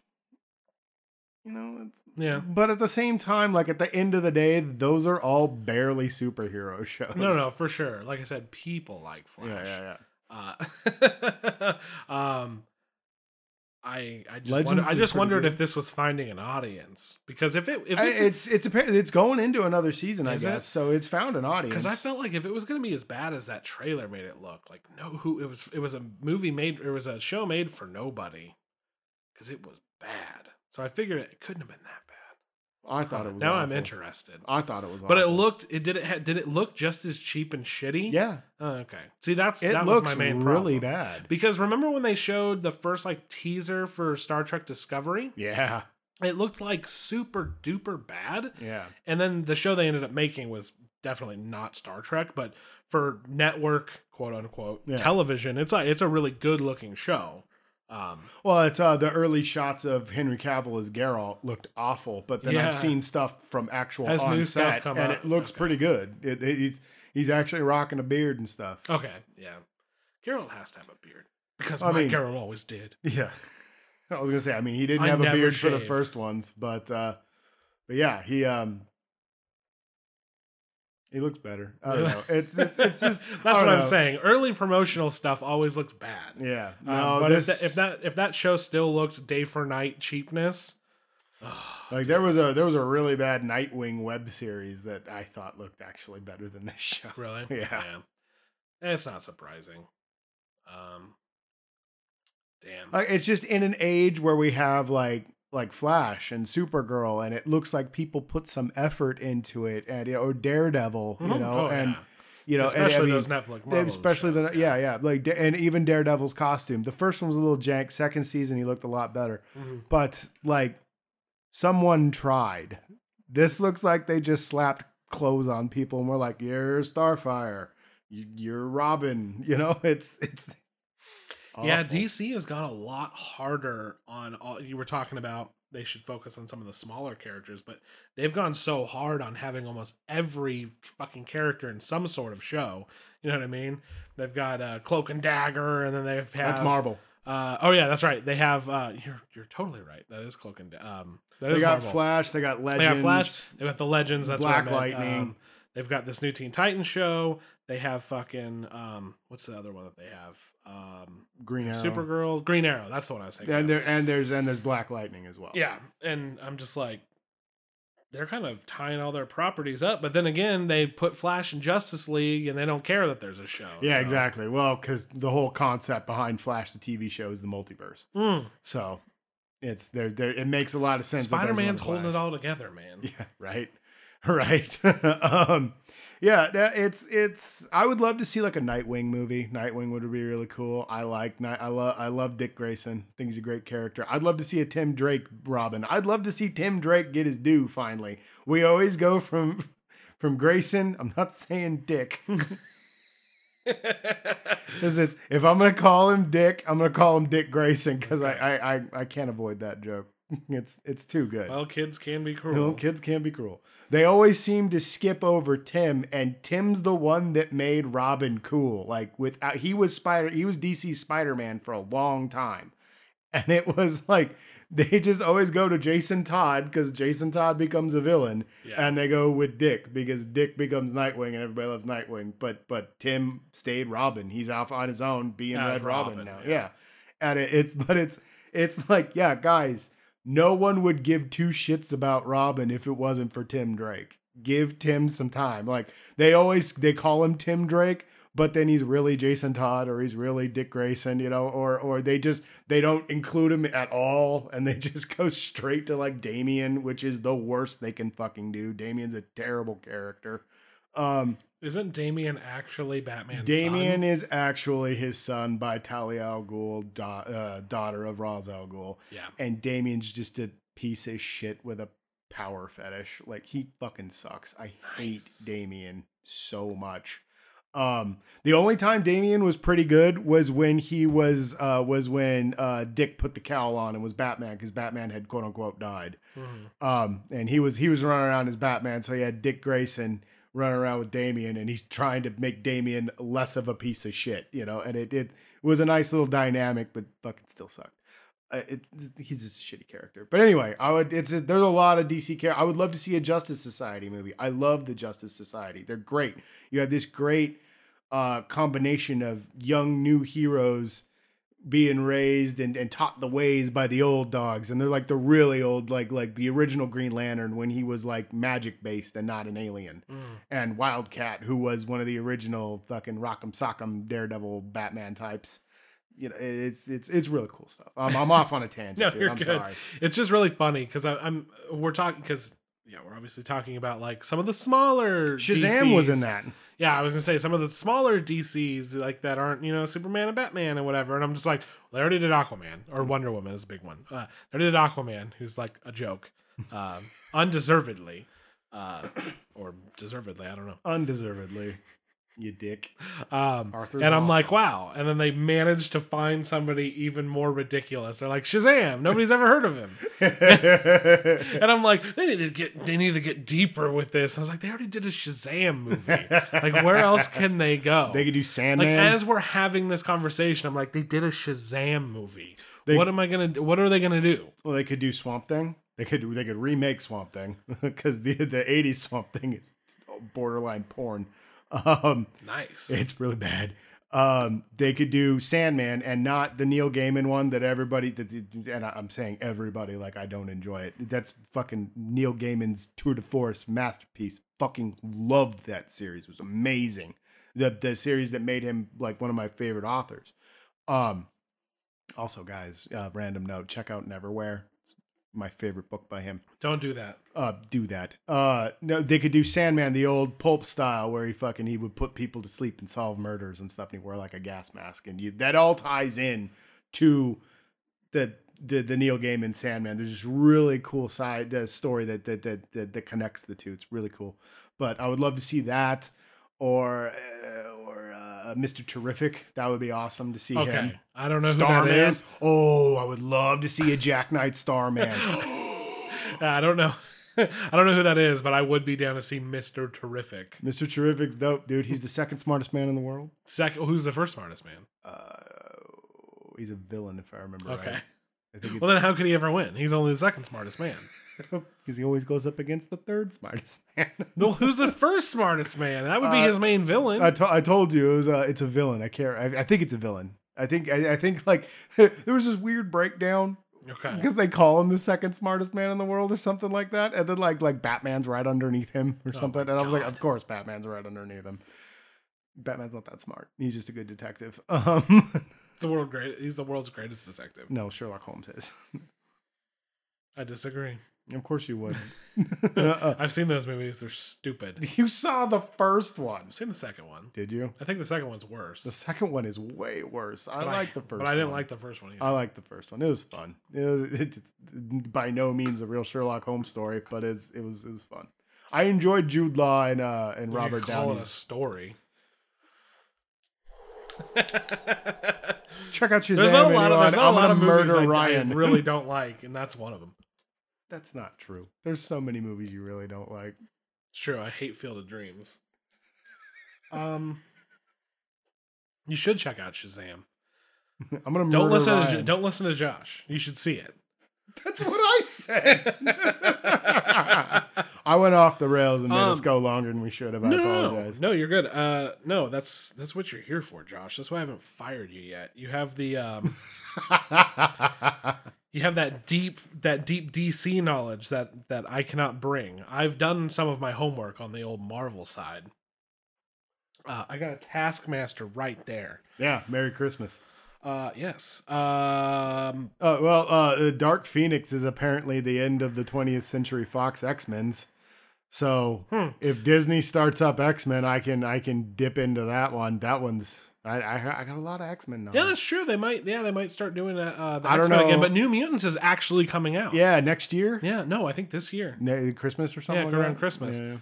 [SPEAKER 2] You know, it's
[SPEAKER 1] yeah,
[SPEAKER 2] but at the same time, like at the end of the day, those are all barely superhero shows.
[SPEAKER 1] no, no, for sure. Like I said, people like Flash.
[SPEAKER 2] Yeah, yeah,
[SPEAKER 1] Uh,
[SPEAKER 2] yeah.
[SPEAKER 1] um, I I just
[SPEAKER 2] Legends
[SPEAKER 1] wonder, I
[SPEAKER 2] is
[SPEAKER 1] just
[SPEAKER 2] pretty
[SPEAKER 1] wondered
[SPEAKER 2] good.
[SPEAKER 1] if this was finding an audience because if it if
[SPEAKER 2] I-
[SPEAKER 1] it's
[SPEAKER 2] it's it's apparent it's going into another season, I
[SPEAKER 1] Is it?
[SPEAKER 2] guess. So it's found an audience.
[SPEAKER 1] because I felt like if it was gonna be as bad as that trailer made it look, like no who it was it was a movie made it was a show made for nobody because it was bad. So I figured it couldn't have been that bad.
[SPEAKER 2] I thought it was.
[SPEAKER 1] now I'm
[SPEAKER 2] awful.
[SPEAKER 1] interested,
[SPEAKER 2] I thought it was.
[SPEAKER 1] but it
[SPEAKER 2] awful.
[SPEAKER 1] looked it did it ha- did it look just as cheap and shitty?
[SPEAKER 2] Yeah,
[SPEAKER 1] Oh, okay. See that's
[SPEAKER 2] it
[SPEAKER 1] that
[SPEAKER 2] looks
[SPEAKER 1] was my main problem.
[SPEAKER 2] really bad.
[SPEAKER 1] Because remember when they showed the first like teaser for Star Trek Discovery?
[SPEAKER 2] Yeah,
[SPEAKER 1] It looked like super duper bad.
[SPEAKER 2] yeah.
[SPEAKER 1] And then the show they ended up making was definitely not Star Trek, but for network quote unquote
[SPEAKER 2] Yeah.
[SPEAKER 1] television, it's a it's a really good looking show. Um,
[SPEAKER 2] Well, it's uh, the early shots of Henry Cavill as Geralt looked awful, but then
[SPEAKER 1] Yeah.
[SPEAKER 2] I've seen stuff from actual
[SPEAKER 1] Has
[SPEAKER 2] on
[SPEAKER 1] new stuff
[SPEAKER 2] set,
[SPEAKER 1] come
[SPEAKER 2] and
[SPEAKER 1] out?
[SPEAKER 2] it looks
[SPEAKER 1] Okay.
[SPEAKER 2] pretty good. It, it, he's he's actually rocking a beard and stuff.
[SPEAKER 1] okay, yeah, Geralt has to have a beard because
[SPEAKER 2] I
[SPEAKER 1] my
[SPEAKER 2] mean-
[SPEAKER 1] Geralt always did.
[SPEAKER 2] Yeah, I was gonna say. I mean, he didn't
[SPEAKER 1] I
[SPEAKER 2] have a
[SPEAKER 1] never
[SPEAKER 2] beard for the
[SPEAKER 1] shaved.
[SPEAKER 2] first ones, but uh, but yeah, he um. He looks better. I don't know. It's it's, it's just
[SPEAKER 1] that's
[SPEAKER 2] I don't
[SPEAKER 1] what I'm
[SPEAKER 2] know.
[SPEAKER 1] saying. Early promotional stuff always looks bad.
[SPEAKER 2] Yeah.
[SPEAKER 1] No,
[SPEAKER 2] No,
[SPEAKER 1] Um, but
[SPEAKER 2] this,
[SPEAKER 1] if, that, if that if that show still looked day for night cheapness,
[SPEAKER 2] Like there was a there was a really bad Nightwing web series that I thought looked actually better than this show.
[SPEAKER 1] really,
[SPEAKER 2] Yeah.
[SPEAKER 1] yeah, it's not surprising. Um, damn,
[SPEAKER 2] Like it's just in an age where we have like like Flash and Supergirl, and it looks like people put some effort into it, and you know, or Daredevil, you
[SPEAKER 1] Mhm.
[SPEAKER 2] know,
[SPEAKER 1] Oh,
[SPEAKER 2] and
[SPEAKER 1] yeah.
[SPEAKER 2] you know,
[SPEAKER 1] especially
[SPEAKER 2] and, I mean,
[SPEAKER 1] those Netflix,
[SPEAKER 2] they-
[SPEAKER 1] Marvel
[SPEAKER 2] especially
[SPEAKER 1] shows,
[SPEAKER 2] the yeah. yeah like Da- and even Daredevil's costume. The first one was a little jank. Second season, he looked a lot better,
[SPEAKER 1] Mhm.
[SPEAKER 2] but like someone tried. This looks like they just slapped clothes on people, and we're like, "You're Starfire, you, you're Robin." You know, it's it's. it's
[SPEAKER 1] Yeah,
[SPEAKER 2] awful.
[SPEAKER 1] DC has gone a lot harder on all you were talking about they should focus on some of the smaller characters, but they've gone so hard on having almost every fucking character in some sort of show. You know what I mean? They've got uh, Cloak and Dagger, and then they've had
[SPEAKER 2] that's Marvel.
[SPEAKER 1] Uh, oh yeah, that's right. They have. Uh, you're you're totally right. That is Cloak and Da- um. That
[SPEAKER 2] They
[SPEAKER 1] is
[SPEAKER 2] got
[SPEAKER 1] Marvel.
[SPEAKER 2] Flash. They got
[SPEAKER 1] They
[SPEAKER 2] Legends.
[SPEAKER 1] got Flash. They got the Legends. That's what I
[SPEAKER 2] Black
[SPEAKER 1] meant.
[SPEAKER 2] Lightning.
[SPEAKER 1] Um, they've got this new Teen Titans show. They have fucking um. What's the other one that they have? Um,
[SPEAKER 2] Green Arrow.
[SPEAKER 1] Supergirl, Green Arrow. That's the one I was thinking.
[SPEAKER 2] And
[SPEAKER 1] of.
[SPEAKER 2] there and there's and there's Black Lightning as well.
[SPEAKER 1] yeah, and I'm just like, they're kind of tying all their properties up. But then again, they put Flash in Justice League, and they don't care that there's a show.
[SPEAKER 2] Yeah,
[SPEAKER 1] so-
[SPEAKER 2] exactly. Well, because the whole concept behind Flash, the TV show, is the multiverse.
[SPEAKER 1] Mm,
[SPEAKER 2] So it's there. There, it makes a lot of sense. that there's
[SPEAKER 1] Spider-Man's
[SPEAKER 2] another
[SPEAKER 1] holding
[SPEAKER 2] Flash.
[SPEAKER 1] it all together, man.
[SPEAKER 2] Yeah, right, right. um, yeah, that- it's it's. I would love to see like a Nightwing movie. Nightwing would be really cool. I like Night. I love I love Dick Grayson. I think he's a great character. I'd love to see a Tim Drake Robin. I'd love to see Tim Drake get his due finally. We always go from from Grayson. I'm not saying Dick. Because it's if I'm gonna call him Dick, I'm gonna call him Dick Grayson because I, I I I can't avoid that joke. It's it's too good.
[SPEAKER 1] well, kids can be cruel.
[SPEAKER 2] no, kids can be cruel. They always seem to skip over Tim, and Tim's the one that made Robin cool. Like without he was Spider, he was DC Spider Man for a long time, and it was like they just always go to Jason Todd because Jason Todd becomes a villain,
[SPEAKER 1] Yeah.
[SPEAKER 2] and they go with Dick because Dick becomes Nightwing, and everybody loves Nightwing. But but Tim stayed Robin. He's off on his own being
[SPEAKER 1] As
[SPEAKER 2] Red Robin,
[SPEAKER 1] Robin,
[SPEAKER 2] now.
[SPEAKER 1] yeah.
[SPEAKER 2] Yeah. and it, it's but it's it's like yeah, guys. No one would give two shits about Robin if it wasn't for Tim Drake. Give Tim some time. Like they always they call him Tim Drake, but then he's really Jason Todd or he's really Dick Grayson, you know, or or they just they don't include him at all and they just go straight to like Damien, which is the worst they can fucking do. Damien's a terrible character. Um
[SPEAKER 1] Isn't Damien actually Batman's
[SPEAKER 2] Damien
[SPEAKER 1] son?
[SPEAKER 2] is actually his son by Talia al Ghul, da- uh, daughter of Ra's al Ghul
[SPEAKER 1] Yeah.
[SPEAKER 2] and Damien's just a piece of shit with a power fetish. Like he fucking sucks. I hate
[SPEAKER 1] Nice.
[SPEAKER 2] Damien so much. Um, the only time Damien was pretty good was when he was uh, was when uh, Dick put the cowl on and was Batman because Batman had quote unquote died.
[SPEAKER 1] Mhm.
[SPEAKER 2] Um, and he was he was running around as Batman, so he had Dick Grayson running around with Damien, and he's trying to make Damien less of a piece of shit, you know. And it it was a nice little dynamic, but fucking still sucked. Uh, it, he's just a shitty character. But anyway, I would it's there's a lot of DC care. I would love to see a Justice Society movie. I love the Justice Society. They're great. You have this great uh, combination of young new heroes being raised and, and taught the ways by the old dogs and they're like the really old like like the original green lantern when he was like magic based and not an alien
[SPEAKER 1] Mm.
[SPEAKER 2] and wildcat who was one of the original fucking rock'em sock'em daredevil batman types you know it- it's it's it's really cool stuff i'm, I'm off on a tangent
[SPEAKER 1] No,
[SPEAKER 2] dude.
[SPEAKER 1] you're
[SPEAKER 2] i'm
[SPEAKER 1] good.
[SPEAKER 2] sorry
[SPEAKER 1] It's just really funny because I'm we're talking because yeah we're obviously talking about like some of the smaller
[SPEAKER 2] shazam was in
[SPEAKER 1] DCs.
[SPEAKER 2] that
[SPEAKER 1] Yeah, I was gonna say some of the smaller DCs like that aren't you know Superman and Batman and whatever, and I'm just like well, they already did Aquaman or
[SPEAKER 2] Mm.
[SPEAKER 1] Wonder Woman is a big one. Uh, they already did Aquaman, who's like a joke, um, undeservedly, uh, or deservedly, I don't know.
[SPEAKER 2] undeservedly you dick
[SPEAKER 1] Um,
[SPEAKER 2] Arthur's
[SPEAKER 1] and I'm like,
[SPEAKER 2] awesome.
[SPEAKER 1] wow. And then they managed to find somebody even more ridiculous. They're like, Shazam! Nobody's ever heard of him. And I'm like, they need to get they need to get deeper with this. I was like, they already did a Shazam movie. Like, where else can they go?
[SPEAKER 2] they could do
[SPEAKER 1] like
[SPEAKER 2] sandman
[SPEAKER 1] as we're having this conversation, I'm like, they did a Shazam movie.
[SPEAKER 2] They-
[SPEAKER 1] what am I gonna? do? What are they gonna do?
[SPEAKER 2] Well, they could do Swamp Thing. They could they could remake Swamp Thing because the the '80s Swamp Thing is borderline porn. Um,
[SPEAKER 1] Nice.
[SPEAKER 2] it's really bad. Um, they could do Sandman and not the Neil Gaiman one that everybody that and I- I'm saying everybody like I don't enjoy it. That's fucking Neil Gaiman's tour de force masterpiece. Fucking loved that series. It was amazing. The the series that made him like one of my favorite authors. Um, also, guys, uh, random note: check out Neverwhere. It's my favorite book by him
[SPEAKER 1] Don't do that.
[SPEAKER 2] uh, do that. Uh, no, they could do Sandman, the old pulp style, where he fucking he would put people to sleep and solve murders and stuff, and he wore like a gas mask, and you that all ties in to the the, the Neil Gaiman Sandman. There's this really cool side uh, story that that that that, that connects the two. It's really cool. but I would love to see that or uh, or uh, Mr. Terrific. That would be awesome to see
[SPEAKER 1] Okay,
[SPEAKER 2] him.
[SPEAKER 1] I don't know who that
[SPEAKER 2] Starman.
[SPEAKER 1] is.
[SPEAKER 2] Oh, I would love to see a Jack Knight Starman.
[SPEAKER 1] I don't know. I don't know who that is, but I would be down to see Mister Terrific.
[SPEAKER 2] Mr. Terrific's dope, dude. He's the second smartest man in the world.
[SPEAKER 1] Second, who's the first smartest man?
[SPEAKER 2] Uh, he's a villain, if I remember
[SPEAKER 1] Okay.
[SPEAKER 2] right. I think it's
[SPEAKER 1] Well, then how could he ever win? He's only the second smartest man.
[SPEAKER 2] because he always goes up against the third smartest man.
[SPEAKER 1] Well, who's the first smartest man? That would be
[SPEAKER 2] Uh,
[SPEAKER 1] his main villain.
[SPEAKER 2] I, to- I told you it was a, it's a villain. I care. I, I think it's a villain. I think I, I think like there was this weird breakdown
[SPEAKER 1] okay.
[SPEAKER 2] because they call him the second smartest man in the world or something like that, and then like like Batman's right underneath him or
[SPEAKER 1] Oh
[SPEAKER 2] something, and
[SPEAKER 1] my
[SPEAKER 2] I was like,
[SPEAKER 1] God.
[SPEAKER 2] of course Batman's right underneath him. Batman's not that smart. He's just a good detective. Um,
[SPEAKER 1] He's the world great. He's the world's greatest detective.
[SPEAKER 2] no, Sherlock Holmes is.
[SPEAKER 1] I disagree.
[SPEAKER 2] Of course you would. Uh-uh.
[SPEAKER 1] I've seen those movies. They're stupid.
[SPEAKER 2] You saw the first one,
[SPEAKER 1] I've seen the second one.
[SPEAKER 2] did you?
[SPEAKER 1] I think the second one's worse.
[SPEAKER 2] The second one is way worse. I
[SPEAKER 1] But
[SPEAKER 2] like the first.
[SPEAKER 1] but I didn't
[SPEAKER 2] one.
[SPEAKER 1] like the first one. Either.
[SPEAKER 2] I like the first one. It was fun. It was it, it's by no means a real Sherlock Holmes story, but it's it was it was fun. I enjoyed Jude Law and uh
[SPEAKER 1] You
[SPEAKER 2] and
[SPEAKER 1] could
[SPEAKER 2] Robert
[SPEAKER 1] call
[SPEAKER 2] Downey.
[SPEAKER 1] it a story.
[SPEAKER 2] Check out Shazam.
[SPEAKER 1] There's not a lot of
[SPEAKER 2] anyone.
[SPEAKER 1] there's not a
[SPEAKER 2] I'm
[SPEAKER 1] lot
[SPEAKER 2] gonna
[SPEAKER 1] of movies
[SPEAKER 2] murder
[SPEAKER 1] I,
[SPEAKER 2] Ryan.
[SPEAKER 1] I really don't like, and that's one of them.
[SPEAKER 2] That's not true. There's so many movies you really don't like.
[SPEAKER 1] It's true. I hate Field of Dreams. Um, you should check out Shazam.
[SPEAKER 2] I'm gonna
[SPEAKER 1] Don't
[SPEAKER 2] murder
[SPEAKER 1] listen. To, Jo-
[SPEAKER 2] Ryan.
[SPEAKER 1] don't listen to Josh. You should see it.
[SPEAKER 2] That's what I said. I went off the rails and made us
[SPEAKER 1] Um,
[SPEAKER 2] go longer than we should have. I
[SPEAKER 1] no, no, no,
[SPEAKER 2] apologize.
[SPEAKER 1] no, you're good. Uh, no, that's that's what you're here for, Josh. That's why I haven't fired you yet. You have the um, you have that deep that deep DC knowledge that that I cannot bring. I've done some of my homework on the old Marvel side. Uh, I got a Taskmaster right there.
[SPEAKER 2] yeah. Merry Christmas.
[SPEAKER 1] Uh, yes. Um,
[SPEAKER 2] Uh, well, uh, the Dark Phoenix is apparently the end of the 20th Century Fox X Men's. So
[SPEAKER 1] Hmm.
[SPEAKER 2] if Disney starts up X Men, I can I can dip into that one. That one's I I, I got a lot of X Men now.
[SPEAKER 1] yeah, that's true. They might. Yeah, they might start doing that. Uh, the
[SPEAKER 2] I don't
[SPEAKER 1] X-Men again.
[SPEAKER 2] know.
[SPEAKER 1] But New Mutants is actually coming out.
[SPEAKER 2] Yeah, next year,
[SPEAKER 1] Yeah. No, I think this year.
[SPEAKER 2] Ne- Christmas or something. like
[SPEAKER 1] around
[SPEAKER 2] that?
[SPEAKER 1] Christmas.
[SPEAKER 2] Yeah.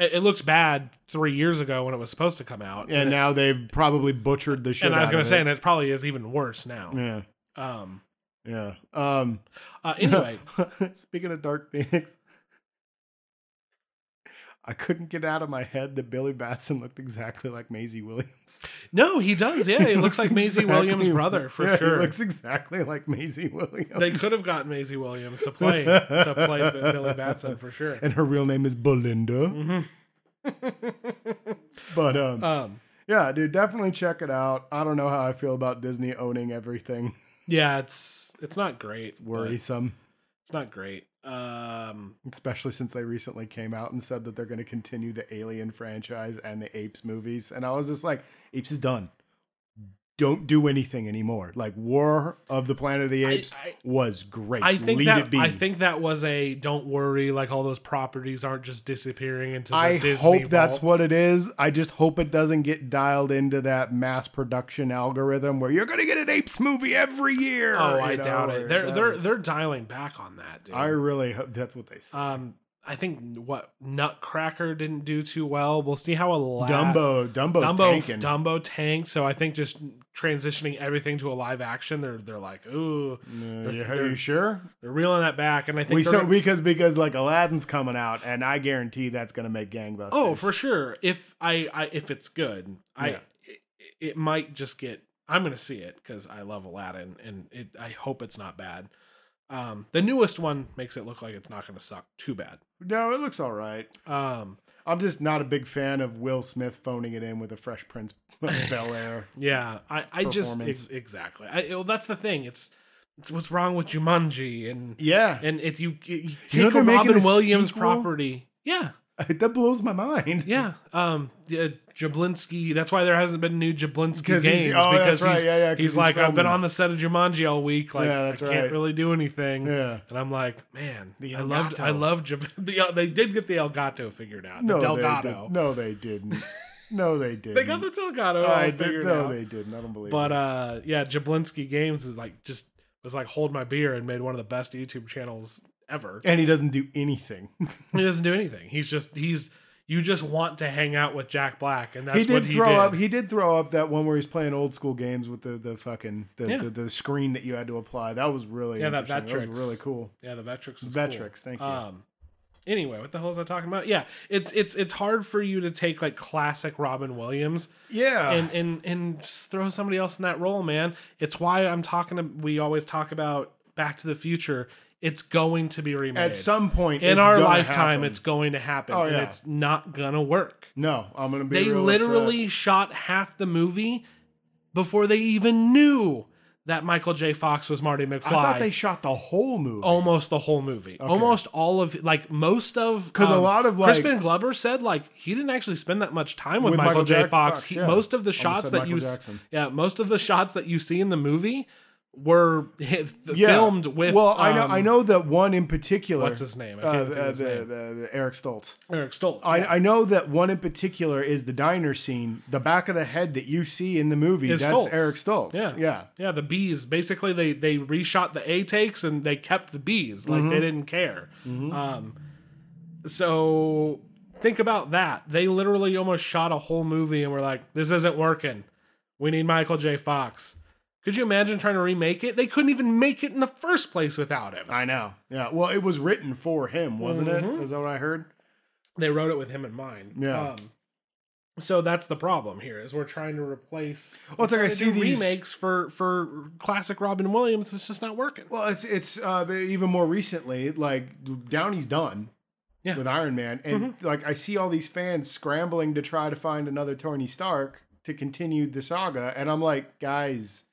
[SPEAKER 1] It, it looked bad three years ago when it was supposed to come out.
[SPEAKER 2] And
[SPEAKER 1] it-
[SPEAKER 2] now they've probably butchered the shit.
[SPEAKER 1] and I was
[SPEAKER 2] out
[SPEAKER 1] gonna
[SPEAKER 2] of
[SPEAKER 1] say,
[SPEAKER 2] it.
[SPEAKER 1] and it probably is even worse now.
[SPEAKER 2] yeah,
[SPEAKER 1] Um.
[SPEAKER 2] yeah. Um,
[SPEAKER 1] Uh, anyway,
[SPEAKER 2] speaking of Dark Phoenix. I couldn't get out of my head that Billy Batson looked exactly like Maisie Williams.
[SPEAKER 1] no, he does. Yeah, he looks like Maisie Williams'
[SPEAKER 2] exactly-
[SPEAKER 1] brother for
[SPEAKER 2] yeah,
[SPEAKER 1] sure.
[SPEAKER 2] He looks exactly like Maisie Williams.
[SPEAKER 1] they could have gotten Maisie Williams to play to play B- Billy Batson for sure.
[SPEAKER 2] And her real name is Belinda.
[SPEAKER 1] Mhm.
[SPEAKER 2] But um,
[SPEAKER 1] um,
[SPEAKER 2] yeah, dude, definitely check it out. I don't know how I feel about Disney owning everything.
[SPEAKER 1] yeah, it's it's not great. but
[SPEAKER 2] Worrisome,
[SPEAKER 1] It's not great. Um,
[SPEAKER 2] especially since they recently came out and said that they're going to continue the Alien franchise and the Apes movies. And I was just like, Apes is done. Don't do anything anymore. Like War of the Planet of the
[SPEAKER 1] I-
[SPEAKER 2] Apes
[SPEAKER 1] I-
[SPEAKER 2] was great.
[SPEAKER 1] I think
[SPEAKER 2] Leave
[SPEAKER 1] that
[SPEAKER 2] it be.
[SPEAKER 1] I think that was a don't worry, like all those properties aren't just disappearing into the
[SPEAKER 2] I
[SPEAKER 1] Disney
[SPEAKER 2] hope that's
[SPEAKER 1] vault.
[SPEAKER 2] what it is. I just hope it doesn't get dialed into that mass production algorithm where you're going to get an apes movie every year.
[SPEAKER 1] Oh,
[SPEAKER 2] you
[SPEAKER 1] I
[SPEAKER 2] know,
[SPEAKER 1] doubt
[SPEAKER 2] or
[SPEAKER 1] it. They're
[SPEAKER 2] that-
[SPEAKER 1] they're they're dialing back on that, dude.
[SPEAKER 2] I really hope that's what they say.
[SPEAKER 1] um, I think what Nutcracker didn't do too well. We'll see how a la-
[SPEAKER 2] Dumbo, Dumbo's
[SPEAKER 1] Dumbo
[SPEAKER 2] tanking.
[SPEAKER 1] Dumbo tanked. So I think just transitioning everything to a live action, they're they're like, ooh,
[SPEAKER 2] Uh, yeah,
[SPEAKER 1] they're-
[SPEAKER 2] are you sure?
[SPEAKER 1] they're reeling that back. And I think
[SPEAKER 2] We
[SPEAKER 1] they're
[SPEAKER 2] so
[SPEAKER 1] gonna-
[SPEAKER 2] because because like Aladdin's coming out, and I guarantee that's going to make gangbusters.
[SPEAKER 1] oh for sure. If I, I if it's good, I
[SPEAKER 2] Yeah.
[SPEAKER 1] it, it might just get. I'm gonna see it because I love Aladdin, and it I hope it's not bad. Um, the newest one makes it look like it's not gonna suck too bad.
[SPEAKER 2] No, it looks all right.
[SPEAKER 1] Um,
[SPEAKER 2] I'm just not a big fan of Will Smith phoning it in with a Fresh Prince of Bel Air.
[SPEAKER 1] Yeah, I, I just
[SPEAKER 2] performance.
[SPEAKER 1] ex- exactly. I, well, that's the thing. It's, it's what's wrong with Jumanji and
[SPEAKER 2] Yeah,
[SPEAKER 1] and if you, you take
[SPEAKER 2] know
[SPEAKER 1] a
[SPEAKER 2] they're making
[SPEAKER 1] Robin
[SPEAKER 2] a
[SPEAKER 1] Williams
[SPEAKER 2] sequel?
[SPEAKER 1] property. Yeah,
[SPEAKER 2] that blows my mind.
[SPEAKER 1] yeah. Um, yeah, Jablinski. That's why there hasn't been new Jablinski games
[SPEAKER 2] Because he's- oh, that's
[SPEAKER 1] because
[SPEAKER 2] right,
[SPEAKER 1] he's,
[SPEAKER 2] yeah, yeah, 'cause
[SPEAKER 1] he's,
[SPEAKER 2] he's
[SPEAKER 1] like I've been
[SPEAKER 2] filming.
[SPEAKER 1] on the set of Jumanji all week. Like
[SPEAKER 2] Yeah, that's
[SPEAKER 1] I can't
[SPEAKER 2] right.
[SPEAKER 1] really do anything.
[SPEAKER 2] Yeah.
[SPEAKER 1] And I'm like, man,
[SPEAKER 2] The
[SPEAKER 1] I loved, I
[SPEAKER 2] Elgato.
[SPEAKER 1] loved Jab- the, uh, They did get the Elgato figured out. The
[SPEAKER 2] They
[SPEAKER 1] Delgado.
[SPEAKER 2] did- no, they didn't. No, they didn't.
[SPEAKER 1] They got the Delgado all
[SPEAKER 2] Oh, I did,
[SPEAKER 1] figured
[SPEAKER 2] no,
[SPEAKER 1] out.
[SPEAKER 2] they didn't. I don't believe
[SPEAKER 1] But
[SPEAKER 2] it.
[SPEAKER 1] uh, yeah, Jablinski Games is like just was like hold my beer and made one of the best YouTube channels ever.
[SPEAKER 2] and he doesn't do anything.
[SPEAKER 1] He doesn't do anything. He's just he's You just want to hang out with Jack Black, and that's
[SPEAKER 2] he
[SPEAKER 1] what
[SPEAKER 2] did
[SPEAKER 1] he
[SPEAKER 2] throw
[SPEAKER 1] did.
[SPEAKER 2] up. He did throw up that one where he's playing old school games with the the fucking the,
[SPEAKER 1] Yeah.
[SPEAKER 2] the, the screen that you had to apply. That was really
[SPEAKER 1] Yeah, that
[SPEAKER 2] interesting. that
[SPEAKER 1] Vectrex.
[SPEAKER 2] was really cool.
[SPEAKER 1] yeah, the Vetrix is cool.
[SPEAKER 2] Vetrix, thank you.
[SPEAKER 1] Um, anyway, what the hell is I talking about? Yeah, it's it's it's hard for you to take like classic Robin Williams
[SPEAKER 2] yeah,
[SPEAKER 1] and and and just throw somebody else in that role, man. It's why I'm talking. To, we always talk about Back to the Future. It's going to be remade
[SPEAKER 2] at some point
[SPEAKER 1] in
[SPEAKER 2] it's
[SPEAKER 1] our
[SPEAKER 2] gonna
[SPEAKER 1] lifetime.
[SPEAKER 2] happen.
[SPEAKER 1] It's going to happen,
[SPEAKER 2] Oh, yeah.
[SPEAKER 1] and it's not gonna work.
[SPEAKER 2] no. I'm gonna be.
[SPEAKER 1] They
[SPEAKER 2] real
[SPEAKER 1] literally shot half the movie before they even knew that Michael J. Fox was Marty McFly.
[SPEAKER 2] upset. I thought they shot the whole movie.
[SPEAKER 1] almost the whole movie, almost all of like most of um,
[SPEAKER 2] 'Cause a lot of, like-
[SPEAKER 1] Crispin Glover said like he didn't actually spend that much time with,
[SPEAKER 2] With
[SPEAKER 1] Michael,
[SPEAKER 2] Michael
[SPEAKER 1] J.
[SPEAKER 2] Jack-
[SPEAKER 1] Fox.
[SPEAKER 2] Fox,
[SPEAKER 1] He-
[SPEAKER 2] yeah.
[SPEAKER 1] Most of the
[SPEAKER 2] Almost
[SPEAKER 1] shots
[SPEAKER 2] said
[SPEAKER 1] that
[SPEAKER 2] Michael
[SPEAKER 1] you s-
[SPEAKER 2] Jackson.
[SPEAKER 1] yeah, most of the shots that you see in the movie were hit,
[SPEAKER 2] Yeah.
[SPEAKER 1] filmed with.
[SPEAKER 2] Well, I know.
[SPEAKER 1] um,
[SPEAKER 2] I know that one in particular.
[SPEAKER 1] what's his name? I
[SPEAKER 2] Uh,
[SPEAKER 1] can't think of
[SPEAKER 2] uh,
[SPEAKER 1] his
[SPEAKER 2] the-
[SPEAKER 1] name.
[SPEAKER 2] the- Eric Stoltz.
[SPEAKER 1] Eric Stoltz. yeah.
[SPEAKER 2] I, I know that one in particular is the diner scene. The back of the head that you see in the movie.
[SPEAKER 1] Is
[SPEAKER 2] that's
[SPEAKER 1] Stoltz.
[SPEAKER 2] Eric Stoltz.
[SPEAKER 1] Yeah.
[SPEAKER 2] yeah.
[SPEAKER 1] Yeah, the bees. Basically, they they reshot the A takes and they kept the bees. Like
[SPEAKER 2] Mm-hmm.
[SPEAKER 1] they didn't care. Um, so think about that. They literally almost shot a whole movie and were like, "This isn't working. We need Michael J. Fox." Could you imagine trying to remake it? They couldn't even make it in the first place without him.
[SPEAKER 2] I know. Yeah. Well, it was written for him, wasn't
[SPEAKER 1] Mhm.
[SPEAKER 2] it? Is that what I heard?
[SPEAKER 1] They wrote it with him in mind.
[SPEAKER 2] Yeah.
[SPEAKER 1] Um, so that's the problem here is we're trying to replace
[SPEAKER 2] Well, it's like I
[SPEAKER 1] they
[SPEAKER 2] see
[SPEAKER 1] do
[SPEAKER 2] these.
[SPEAKER 1] remakes for for classic Robin Williams. It's just not working.
[SPEAKER 2] Well, it's it's uh, even more recently. Like Downey's done
[SPEAKER 1] Yeah.
[SPEAKER 2] with Iron Man, and like I see all these fans scrambling to try to find another Tony Stark to continue the saga, and I'm like, guys,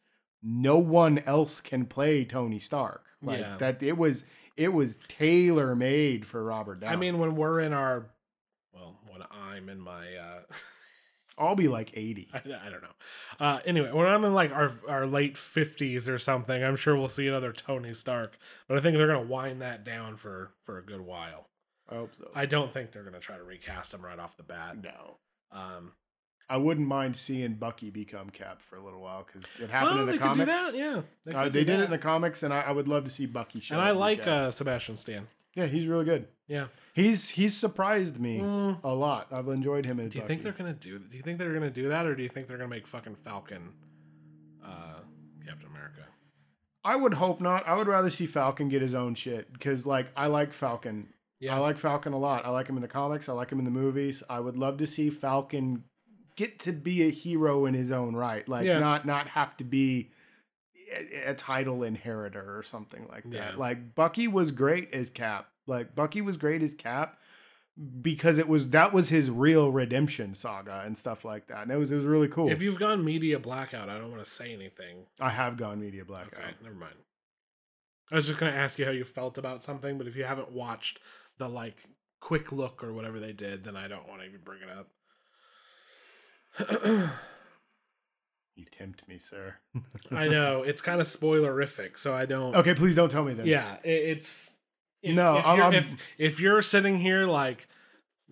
[SPEAKER 2] no one else can play Tony Stark. Like
[SPEAKER 1] Yeah.
[SPEAKER 2] that, it was it was tailor made for Robert Downey.
[SPEAKER 1] I mean, when we're in our, well, when I'm in my, uh,
[SPEAKER 2] I'll be like eighty.
[SPEAKER 1] I, I don't know. Uh, anyway, when I'm in like our our late fifties or something, I'm sure we'll see another Tony Stark. But I think they're gonna wind that down for for a good while.
[SPEAKER 2] I hope so.
[SPEAKER 1] I don't think they're gonna try to recast him right off the bat.
[SPEAKER 2] no.
[SPEAKER 1] Um,
[SPEAKER 2] I wouldn't mind seeing Bucky become Cap for a little while because it happened
[SPEAKER 1] well,
[SPEAKER 2] in the
[SPEAKER 1] they could
[SPEAKER 2] comics.
[SPEAKER 1] do that. Yeah, they,
[SPEAKER 2] Uh,
[SPEAKER 1] could
[SPEAKER 2] they
[SPEAKER 1] do
[SPEAKER 2] did it
[SPEAKER 1] that.
[SPEAKER 2] in the comics, and I, I would love to see Bucky show.
[SPEAKER 1] and
[SPEAKER 2] up
[SPEAKER 1] I
[SPEAKER 2] as
[SPEAKER 1] like
[SPEAKER 2] Cap.
[SPEAKER 1] uh, Sebastian Stan.
[SPEAKER 2] Yeah, he's really good.
[SPEAKER 1] Yeah.
[SPEAKER 2] He's he's surprised me
[SPEAKER 1] Mm.
[SPEAKER 2] a lot. I've enjoyed him. As
[SPEAKER 1] Do you think they're gonna do? Do you think they're gonna do that, or do you think they're gonna make fucking Falcon, uh, Captain America?
[SPEAKER 2] I would hope not. I would rather see Falcon get his own shit because, like, I like Falcon.
[SPEAKER 1] Yeah.
[SPEAKER 2] I like Falcon a lot. I like him in the comics. I like him in the movies. I would love to see Falcon get to be a hero in his own right. Like,
[SPEAKER 1] Yeah.
[SPEAKER 2] not not have to be a, a title inheritor or something like that.
[SPEAKER 1] Yeah.
[SPEAKER 2] Like Bucky was great as Cap. Like Bucky was great as Cap because it was that was his real redemption saga and stuff like that. And it was it was really cool.
[SPEAKER 1] If you've gone media blackout, I don't want to say anything.
[SPEAKER 2] I have gone media Oh, blackout.
[SPEAKER 1] Okay, never mind. I was just gonna ask you how you felt about something, but if you haven't watched the like quick look or whatever they did, then I don't want to even bring it up.
[SPEAKER 2] You tempt me, sir.
[SPEAKER 1] I know it's kind of spoilerific, so I don't.
[SPEAKER 2] Okay, please don't tell me that.
[SPEAKER 1] Yeah, i- it's
[SPEAKER 2] No,
[SPEAKER 1] If
[SPEAKER 2] I'm-
[SPEAKER 1] you're,
[SPEAKER 2] I'm-
[SPEAKER 1] if, if you're sitting here like,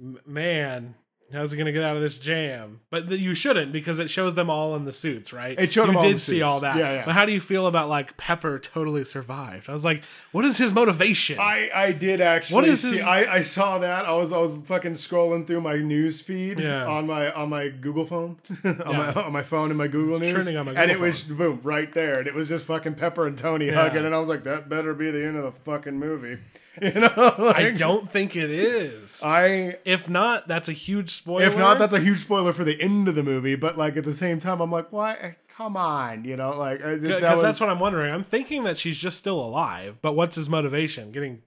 [SPEAKER 1] "M- man, how's he gonna get out of this jam? But th- you shouldn't because it shows them all in the suits, right?
[SPEAKER 2] It showed
[SPEAKER 1] you
[SPEAKER 2] them all
[SPEAKER 1] did
[SPEAKER 2] in the
[SPEAKER 1] see
[SPEAKER 2] suits.
[SPEAKER 1] all that.
[SPEAKER 2] Yeah, yeah.
[SPEAKER 1] But how do you feel about like Pepper totally survived? I was like, what is his motivation?
[SPEAKER 2] I, I did actually
[SPEAKER 1] What is
[SPEAKER 2] see
[SPEAKER 1] his-
[SPEAKER 2] I, I saw that. I was I was fucking scrolling through my news feed
[SPEAKER 1] Yeah.
[SPEAKER 2] on my on my Google phone. on,
[SPEAKER 1] Yeah.
[SPEAKER 2] my, on my phone and my Google
[SPEAKER 1] It's
[SPEAKER 2] News.
[SPEAKER 1] trending on my
[SPEAKER 2] and it
[SPEAKER 1] Google
[SPEAKER 2] was boom, right there. And it was just fucking Pepper and Tony
[SPEAKER 1] Yeah.
[SPEAKER 2] hugging and I was like, that better be the end of the fucking movie. You know? Like,
[SPEAKER 1] I don't think it is.
[SPEAKER 2] I
[SPEAKER 1] if not, that's a huge spoiler.
[SPEAKER 2] if not, that's a huge spoiler for the end of the movie, but like at the same time I'm like, why come on, you know, like I- that
[SPEAKER 1] because
[SPEAKER 2] was-
[SPEAKER 1] that's what I'm wondering. I'm thinking that she's just still alive, but what's his motivation? Getting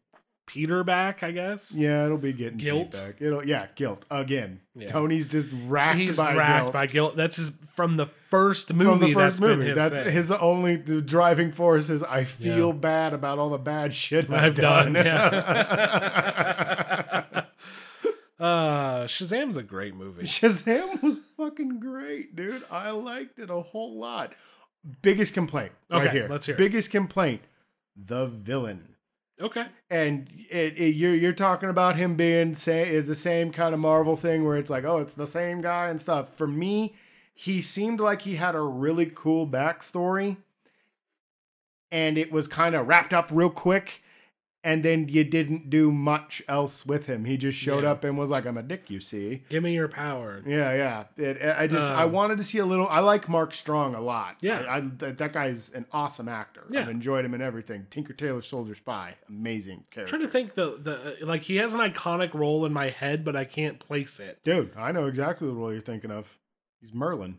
[SPEAKER 1] Peter back, I guess.
[SPEAKER 2] Yeah, it'll be getting
[SPEAKER 1] Guilt?
[SPEAKER 2] guilt. Feedback. It'll yeah, guilt again.
[SPEAKER 1] Yeah.
[SPEAKER 2] Tony's just racked
[SPEAKER 1] He's
[SPEAKER 2] by
[SPEAKER 1] racked
[SPEAKER 2] guilt
[SPEAKER 1] by guilt. That's his from the first movie.
[SPEAKER 2] from the
[SPEAKER 1] that's
[SPEAKER 2] first
[SPEAKER 1] been
[SPEAKER 2] movie.
[SPEAKER 1] his
[SPEAKER 2] that's
[SPEAKER 1] thing.
[SPEAKER 2] his only the driving force is I feel bad about all the bad shit I've,
[SPEAKER 1] I've done.
[SPEAKER 2] done.
[SPEAKER 1] yeah. uh, Shazam's a great movie.
[SPEAKER 2] Shazam was fucking great, dude. I liked it a whole lot. Biggest complaint right
[SPEAKER 1] Okay,
[SPEAKER 2] here.
[SPEAKER 1] let's hear it.
[SPEAKER 2] Biggest complaint: the villain.
[SPEAKER 1] Okay.
[SPEAKER 2] and it, it- you're you're talking about him being say is the same kind of Marvel thing where it's like, oh, it's the same guy and stuff. For me, he seemed like he had a really cool backstory, and it was kind of wrapped up real quick, and then you didn't do much else with him. He just showed
[SPEAKER 1] Yeah.
[SPEAKER 2] up and was like, "I'm a dick, you see."
[SPEAKER 1] Give me your power.
[SPEAKER 2] Yeah, yeah. It, I just I
[SPEAKER 1] Um,
[SPEAKER 2] wanted to see a little. I like Mark Strong a lot.
[SPEAKER 1] Yeah.
[SPEAKER 2] I, I, that that guy's an awesome actor. I've
[SPEAKER 1] Yeah.
[SPEAKER 2] enjoyed him in everything. Tinker Tailor Soldier Spy, amazing
[SPEAKER 1] I'm
[SPEAKER 2] character.
[SPEAKER 1] trying to think the the like he has an iconic role in my head, but I can't place it.
[SPEAKER 2] Dude, I know exactly the role you're thinking of. He's Merlin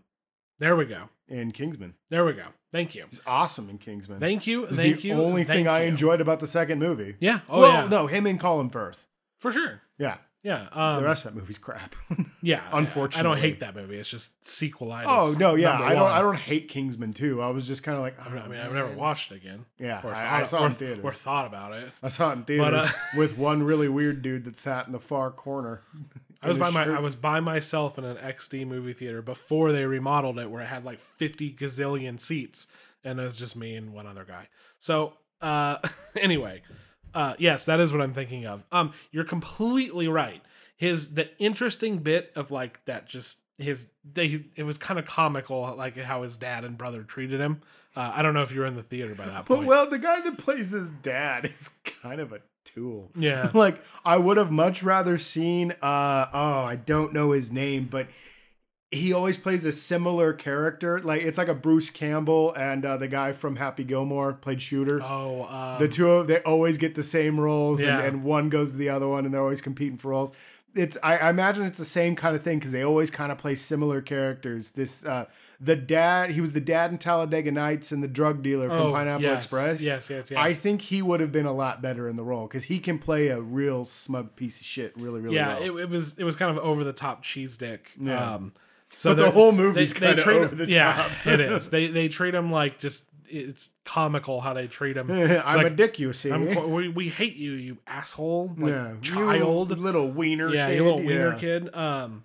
[SPEAKER 1] There we go.
[SPEAKER 2] in Kingsman.
[SPEAKER 1] There we go. Thank you.
[SPEAKER 2] He's awesome in Kingsman.
[SPEAKER 1] Thank you.
[SPEAKER 2] It's
[SPEAKER 1] thank
[SPEAKER 2] the
[SPEAKER 1] you.
[SPEAKER 2] only
[SPEAKER 1] thank
[SPEAKER 2] thing I
[SPEAKER 1] you.
[SPEAKER 2] enjoyed about the second movie.
[SPEAKER 1] Yeah. Oh
[SPEAKER 2] well,
[SPEAKER 1] yeah.
[SPEAKER 2] no, him and Colin Firth.
[SPEAKER 1] For sure.
[SPEAKER 2] Yeah,
[SPEAKER 1] Yeah. Um,
[SPEAKER 2] the rest of that movie's crap.
[SPEAKER 1] Yeah. I- I
[SPEAKER 2] unfortunately.
[SPEAKER 1] don't hate that movie. It's just sequelitis.
[SPEAKER 2] oh no, yeah,
[SPEAKER 1] number
[SPEAKER 2] I don't.
[SPEAKER 1] one.
[SPEAKER 2] I don't hate Kingsman too. I was just kind of like, oh,
[SPEAKER 1] I mean, I've never
[SPEAKER 2] man.
[SPEAKER 1] watched it again.
[SPEAKER 2] Yeah,
[SPEAKER 1] Or
[SPEAKER 2] I, I
[SPEAKER 1] thought-
[SPEAKER 2] saw
[SPEAKER 1] or,
[SPEAKER 2] it in theaters.
[SPEAKER 1] Or thought about it.
[SPEAKER 2] I saw it in theaters
[SPEAKER 1] But, uh,
[SPEAKER 2] with one really weird dude that sat in the far corner.
[SPEAKER 1] I was
[SPEAKER 2] In
[SPEAKER 1] by
[SPEAKER 2] his
[SPEAKER 1] my
[SPEAKER 2] shirt.
[SPEAKER 1] I was by myself in an XD movie theater before they remodeled it, where it had like fifty gazillion seats, and it was just me and one other guy. So uh, anyway, uh, yes, that is what I'm thinking of. Um, you're completely right. His the interesting bit of like that just his they it was kind of comical like how his dad and brother treated him. Uh, I don't know if you were in the theater by that
[SPEAKER 2] But
[SPEAKER 1] point.
[SPEAKER 2] well, the guy that plays his dad is kind of a tool.
[SPEAKER 1] yeah,
[SPEAKER 2] Like I would have much rather seen. uh Oh, I don't know his name, but he always plays a similar character. Like it's like a Bruce Campbell and uh, the guy from Happy Gilmore played Shooter.
[SPEAKER 1] Oh, um,
[SPEAKER 2] the two of they always get the same roles
[SPEAKER 1] Yeah.
[SPEAKER 2] and, and one goes to the other one and they're always competing for roles it's i, I imagine it's the same kind of thing because they always kind of play similar characters this uh the dad he was the dad in talladega nights and the drug dealer from
[SPEAKER 1] oh,
[SPEAKER 2] pineapple
[SPEAKER 1] yes,
[SPEAKER 2] express
[SPEAKER 1] Yes, yes, yes.
[SPEAKER 2] I think he would have been a lot better in the role because he can play a real smug piece of shit really, really
[SPEAKER 1] yeah,
[SPEAKER 2] well.
[SPEAKER 1] it, it was it was kind of over the top cheese dick.
[SPEAKER 2] Yeah.
[SPEAKER 1] Um, so
[SPEAKER 2] But the
[SPEAKER 1] they're-
[SPEAKER 2] whole movie's
[SPEAKER 1] they- they
[SPEAKER 2] kinda
[SPEAKER 1] treat
[SPEAKER 2] over the
[SPEAKER 1] yeah,
[SPEAKER 2] top.
[SPEAKER 1] it is. They they treat him like just it's comical how they treat him. It's
[SPEAKER 2] I'm a
[SPEAKER 1] like,
[SPEAKER 2] dick, you see.
[SPEAKER 1] I'm qu- we, we hate you, you asshole, like,
[SPEAKER 2] yeah, you
[SPEAKER 1] child.
[SPEAKER 2] little wiener,
[SPEAKER 1] yeah,
[SPEAKER 2] kid.
[SPEAKER 1] you little wiener
[SPEAKER 2] yeah.
[SPEAKER 1] kid. Um,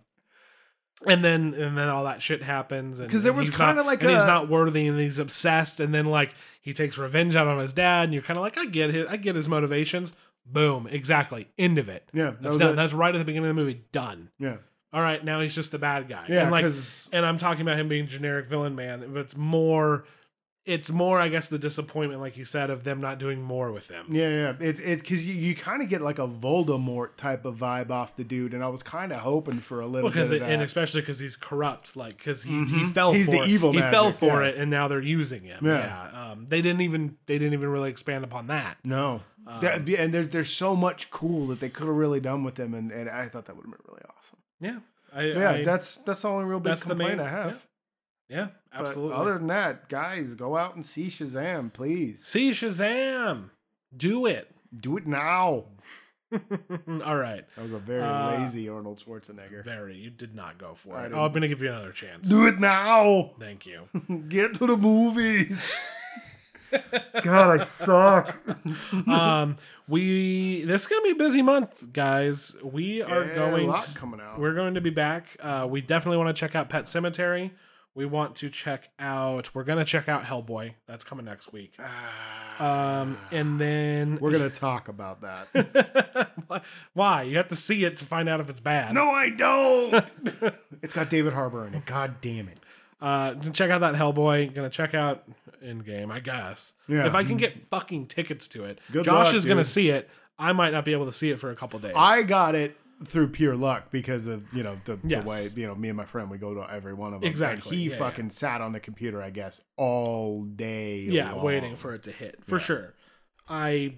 [SPEAKER 1] and then and then all that shit happens. and-
[SPEAKER 2] 'Cause there
[SPEAKER 1] and
[SPEAKER 2] was
[SPEAKER 1] he's not-
[SPEAKER 2] kinda like
[SPEAKER 1] and he's
[SPEAKER 2] a-
[SPEAKER 1] not worthy, and he's obsessed. And then like he takes revenge out on his dad, and you're kind of like, I get his, I get his motivations. Boom, exactly. End of it.
[SPEAKER 2] Yeah, that
[SPEAKER 1] That's
[SPEAKER 2] was
[SPEAKER 1] done.
[SPEAKER 2] it.
[SPEAKER 1] That's right at the beginning of the movie. Done.
[SPEAKER 2] Yeah,
[SPEAKER 1] All right, now he's just the bad guy.
[SPEAKER 2] yeah,
[SPEAKER 1] and like,
[SPEAKER 2] because
[SPEAKER 1] and I'm talking about him being generic villain man, but it's more, it's more, I guess, the disappointment, like you said, of them not doing more with them.
[SPEAKER 2] Yeah, yeah. It's it's because you, you kind of get like a Voldemort type of vibe off the dude, and I was kind of hoping for a little
[SPEAKER 1] Because
[SPEAKER 2] bit
[SPEAKER 1] it,
[SPEAKER 2] of
[SPEAKER 1] and
[SPEAKER 2] that.
[SPEAKER 1] especially because he's corrupt, like because he, he
[SPEAKER 2] Mhm.
[SPEAKER 1] fell
[SPEAKER 2] He's
[SPEAKER 1] for
[SPEAKER 2] the
[SPEAKER 1] it.
[SPEAKER 2] evil
[SPEAKER 1] he fell
[SPEAKER 2] magic,
[SPEAKER 1] for
[SPEAKER 2] yeah.
[SPEAKER 1] it, and now they're using him.
[SPEAKER 2] Yeah.
[SPEAKER 1] Yeah, Um, they didn't even they didn't even really expand upon that.
[SPEAKER 2] no,
[SPEAKER 1] Um,
[SPEAKER 2] That- and there's there's so much cool that they could have really done with him, and, and I thought that would have been really awesome.
[SPEAKER 1] yeah, I,
[SPEAKER 2] Yeah,
[SPEAKER 1] I-
[SPEAKER 2] that's that's the only real big
[SPEAKER 1] that's the main-
[SPEAKER 2] complaint I have.
[SPEAKER 1] yeah, yeah,
[SPEAKER 2] But
[SPEAKER 1] absolutely.
[SPEAKER 2] other than that, guys, go out and see Shazam, please.
[SPEAKER 1] See Shazam, do it.
[SPEAKER 2] Do it now.
[SPEAKER 1] All right,
[SPEAKER 2] That was a very
[SPEAKER 1] Uh,
[SPEAKER 2] lazy Arnold Schwarzenegger.
[SPEAKER 1] very. You did not go for
[SPEAKER 2] I
[SPEAKER 1] it.
[SPEAKER 2] didn't.
[SPEAKER 1] Oh, I'm gonna give you another chance.
[SPEAKER 2] Do it now.
[SPEAKER 1] Thank you.
[SPEAKER 2] Get to the movies. God, I suck.
[SPEAKER 1] um, we this is gonna be a busy month, guys. We are
[SPEAKER 2] Yeah, a
[SPEAKER 1] going.
[SPEAKER 2] lot
[SPEAKER 1] to-
[SPEAKER 2] coming out.
[SPEAKER 1] we're going to be back. Uh, we definitely want to check out Pet Cemetery. We want to check out. We're gonna check out Hellboy. That's coming next week.
[SPEAKER 2] Ah.
[SPEAKER 1] Um, and then
[SPEAKER 2] We're gonna talk about that.
[SPEAKER 1] why you have to see it to find out if it's bad.
[SPEAKER 2] no, I don't. it's got David Harbour in it. God damn it.
[SPEAKER 1] Uh, check out that Hellboy. Gonna check out Endgame, I guess.
[SPEAKER 2] Yeah.
[SPEAKER 1] If I can get fucking tickets to it,
[SPEAKER 2] Good
[SPEAKER 1] Josh
[SPEAKER 2] luck,
[SPEAKER 1] is gonna
[SPEAKER 2] dude.
[SPEAKER 1] see it. I might not be able to see it for a couple days.
[SPEAKER 2] I got it through pure luck because of you know the,
[SPEAKER 1] Yes.
[SPEAKER 2] the way you know me and my friend we go to every one of them. And
[SPEAKER 1] Exactly,
[SPEAKER 2] he
[SPEAKER 1] yeah,
[SPEAKER 2] fucking sat on the computer, I guess, all day.
[SPEAKER 1] yeah
[SPEAKER 2] long.
[SPEAKER 1] waiting for it to hit for sure i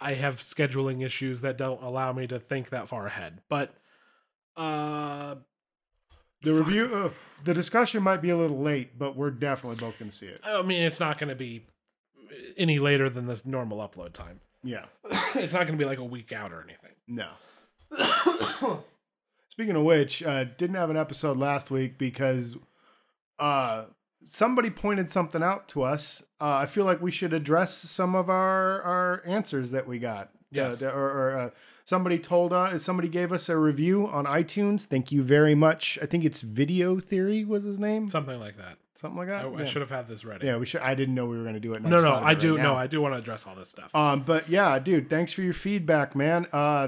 [SPEAKER 1] i have scheduling issues that don't allow me to think that far ahead but uh
[SPEAKER 2] the review. Uh, the discussion might be a little late, but we're definitely both gonna see it.
[SPEAKER 1] i mean it's not going to be any later than this normal upload time
[SPEAKER 2] Yeah.
[SPEAKER 1] it's not going to be like a week out or anything
[SPEAKER 2] No. Speaking of which, uh, didn't have an episode last week because uh, somebody pointed something out to us. Uh, I feel like we should address some of our, our answers that we got.
[SPEAKER 1] Yes.
[SPEAKER 2] Uh, the- or or uh, somebody told us, somebody gave us a review on iTunes. Thank you very much. I think it's Video Theory was his name,
[SPEAKER 1] something like that
[SPEAKER 2] something like
[SPEAKER 1] Oh, i,
[SPEAKER 2] that.
[SPEAKER 1] I should have had this ready
[SPEAKER 2] Yeah, we should. I didn't know we were going to do it. and
[SPEAKER 1] no
[SPEAKER 2] just
[SPEAKER 1] no
[SPEAKER 2] thought of
[SPEAKER 1] i
[SPEAKER 2] it
[SPEAKER 1] do
[SPEAKER 2] right
[SPEAKER 1] no
[SPEAKER 2] now.
[SPEAKER 1] i do want to address all this stuff
[SPEAKER 2] Um, but yeah, dude, thanks for your feedback, man. Uh,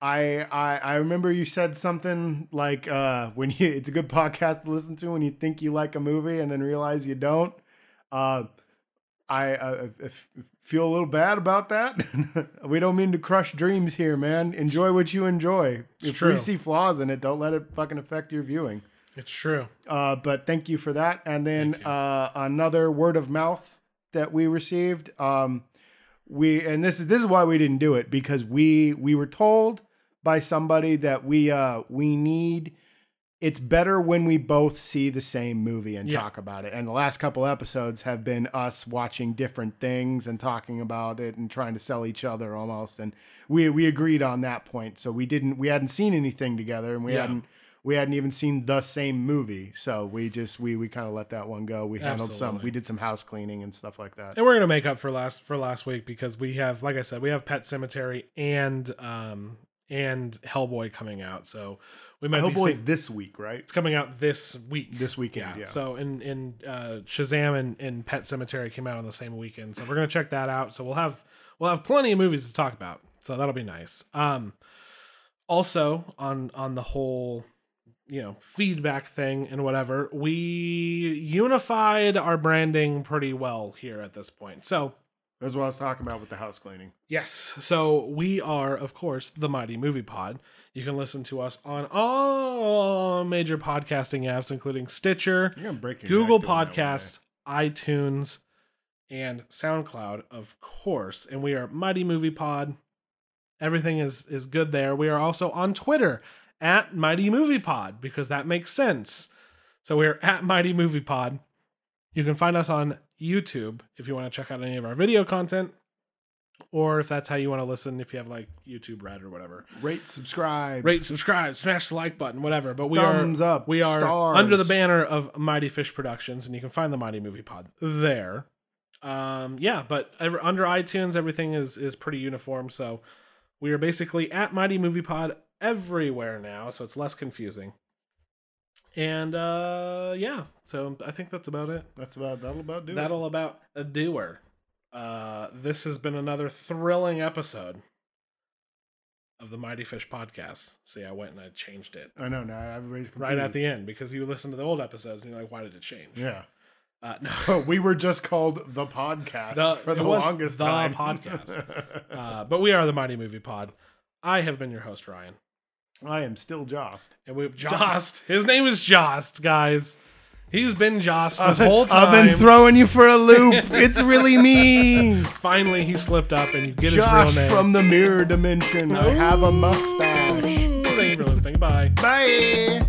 [SPEAKER 2] I, I I remember you said something like uh, when you it's a good podcast to listen to when you think you like a movie and then realize you don't. Uh, I, uh, I f- feel a little bad about that. we don't mean to crush dreams here, man. Enjoy what you enjoy.
[SPEAKER 1] It's
[SPEAKER 2] if
[SPEAKER 1] true.
[SPEAKER 2] we see flaws in it, don't let it fucking affect your viewing.
[SPEAKER 1] It's true.
[SPEAKER 2] Uh, but thank you for that. And then
[SPEAKER 1] Thank you.
[SPEAKER 2] uh, another word of mouth that we received. Um, we and this is this is why we didn't do it because we we were told by somebody that we uh, we need. It's better when we both see the same movie and
[SPEAKER 1] Yeah.
[SPEAKER 2] talk about it. And the last couple episodes have been us watching different things and talking about it and trying to sell each other almost. And we we agreed on that point. So we didn't we hadn't seen anything together and we
[SPEAKER 1] Yeah.
[SPEAKER 2] hadn't we hadn't even seen the same movie so we just we we kind of let that one go we handled some
[SPEAKER 1] Absolutely.
[SPEAKER 2] we did some house cleaning and stuff like that
[SPEAKER 1] And we're gonna make up for last for last week because we have, like I said, we have Pet Cemetery and um and Hellboy coming out. So we might be
[SPEAKER 2] hellboy's
[SPEAKER 1] seeing-
[SPEAKER 2] this week right
[SPEAKER 1] it's coming out this week.
[SPEAKER 2] this weekend yeah,
[SPEAKER 1] So and and uh, Shazam and, and Pet Cemetery came out on the same weekend. So we're gonna check that out. So we'll have we'll have plenty of movies to talk about. So that'll be nice. Um, also on on the whole you know feedback thing and whatever we unified our branding pretty well here at this point so
[SPEAKER 2] that's what i was talking about with the house cleaning
[SPEAKER 1] Yes. So we are, of course, the Mighty Movie Pod. You can listen to us on all major podcasting apps, including Stitcher,
[SPEAKER 2] you're gonna break your
[SPEAKER 1] Google
[SPEAKER 2] neck doing that one day.
[SPEAKER 1] Podcasts, iTunes, and SoundCloud, of course. And we are Mighty Movie Pod. Everything is is good there. We are also on Twitter at Mighty Movie Pod because that makes sense. So we're at Mighty Movie Pod. You can find us on YouTube if you want to check out any of our video content, or if that's how you want to listen, if you have like YouTube Red or whatever.
[SPEAKER 2] rate subscribe
[SPEAKER 1] Rate, subscribe, smash the like button, whatever. But we are
[SPEAKER 2] thumbs up
[SPEAKER 1] we are
[SPEAKER 2] stars.
[SPEAKER 1] under the banner of Mighty Fish Productions, and you can find the Mighty Movie Pod there. Um, yeah, but ever, under iTunes, everything is is pretty uniform. So we are basically at Mighty Movie Pod everywhere now, so it's less confusing. And uh, yeah, so I think that's about it.
[SPEAKER 2] that's about that'll about do it.
[SPEAKER 1] That'll about a doer. Uh, this has been another thrilling episode of the Mighty Fish Podcast. See, I went and I changed it
[SPEAKER 2] i know now everybody's
[SPEAKER 1] right at
[SPEAKER 2] confused.
[SPEAKER 1] the end because you listen to the old episodes and you're like, why did it change?
[SPEAKER 2] Hmm. yeah
[SPEAKER 1] Uh, no.
[SPEAKER 2] but we were just called the podcast
[SPEAKER 1] The-
[SPEAKER 2] for
[SPEAKER 1] it
[SPEAKER 2] the
[SPEAKER 1] was
[SPEAKER 2] longest
[SPEAKER 1] the
[SPEAKER 2] time
[SPEAKER 1] podcast. Uh, but we are the Mighty Movie Pod. I have been your host, Ryan.
[SPEAKER 2] i am still jost
[SPEAKER 1] And we Jost. His name is Jost, guys. He's been Jost this
[SPEAKER 2] I've been-
[SPEAKER 1] whole time.
[SPEAKER 2] I've been throwing you for a loop. it's really me.
[SPEAKER 1] Finally, he slipped up and you get
[SPEAKER 2] Josh
[SPEAKER 1] his real name.
[SPEAKER 2] from the mirror dimension. I have a mustache.
[SPEAKER 1] Ooh, Thank you for listening. Bye.
[SPEAKER 2] Bye.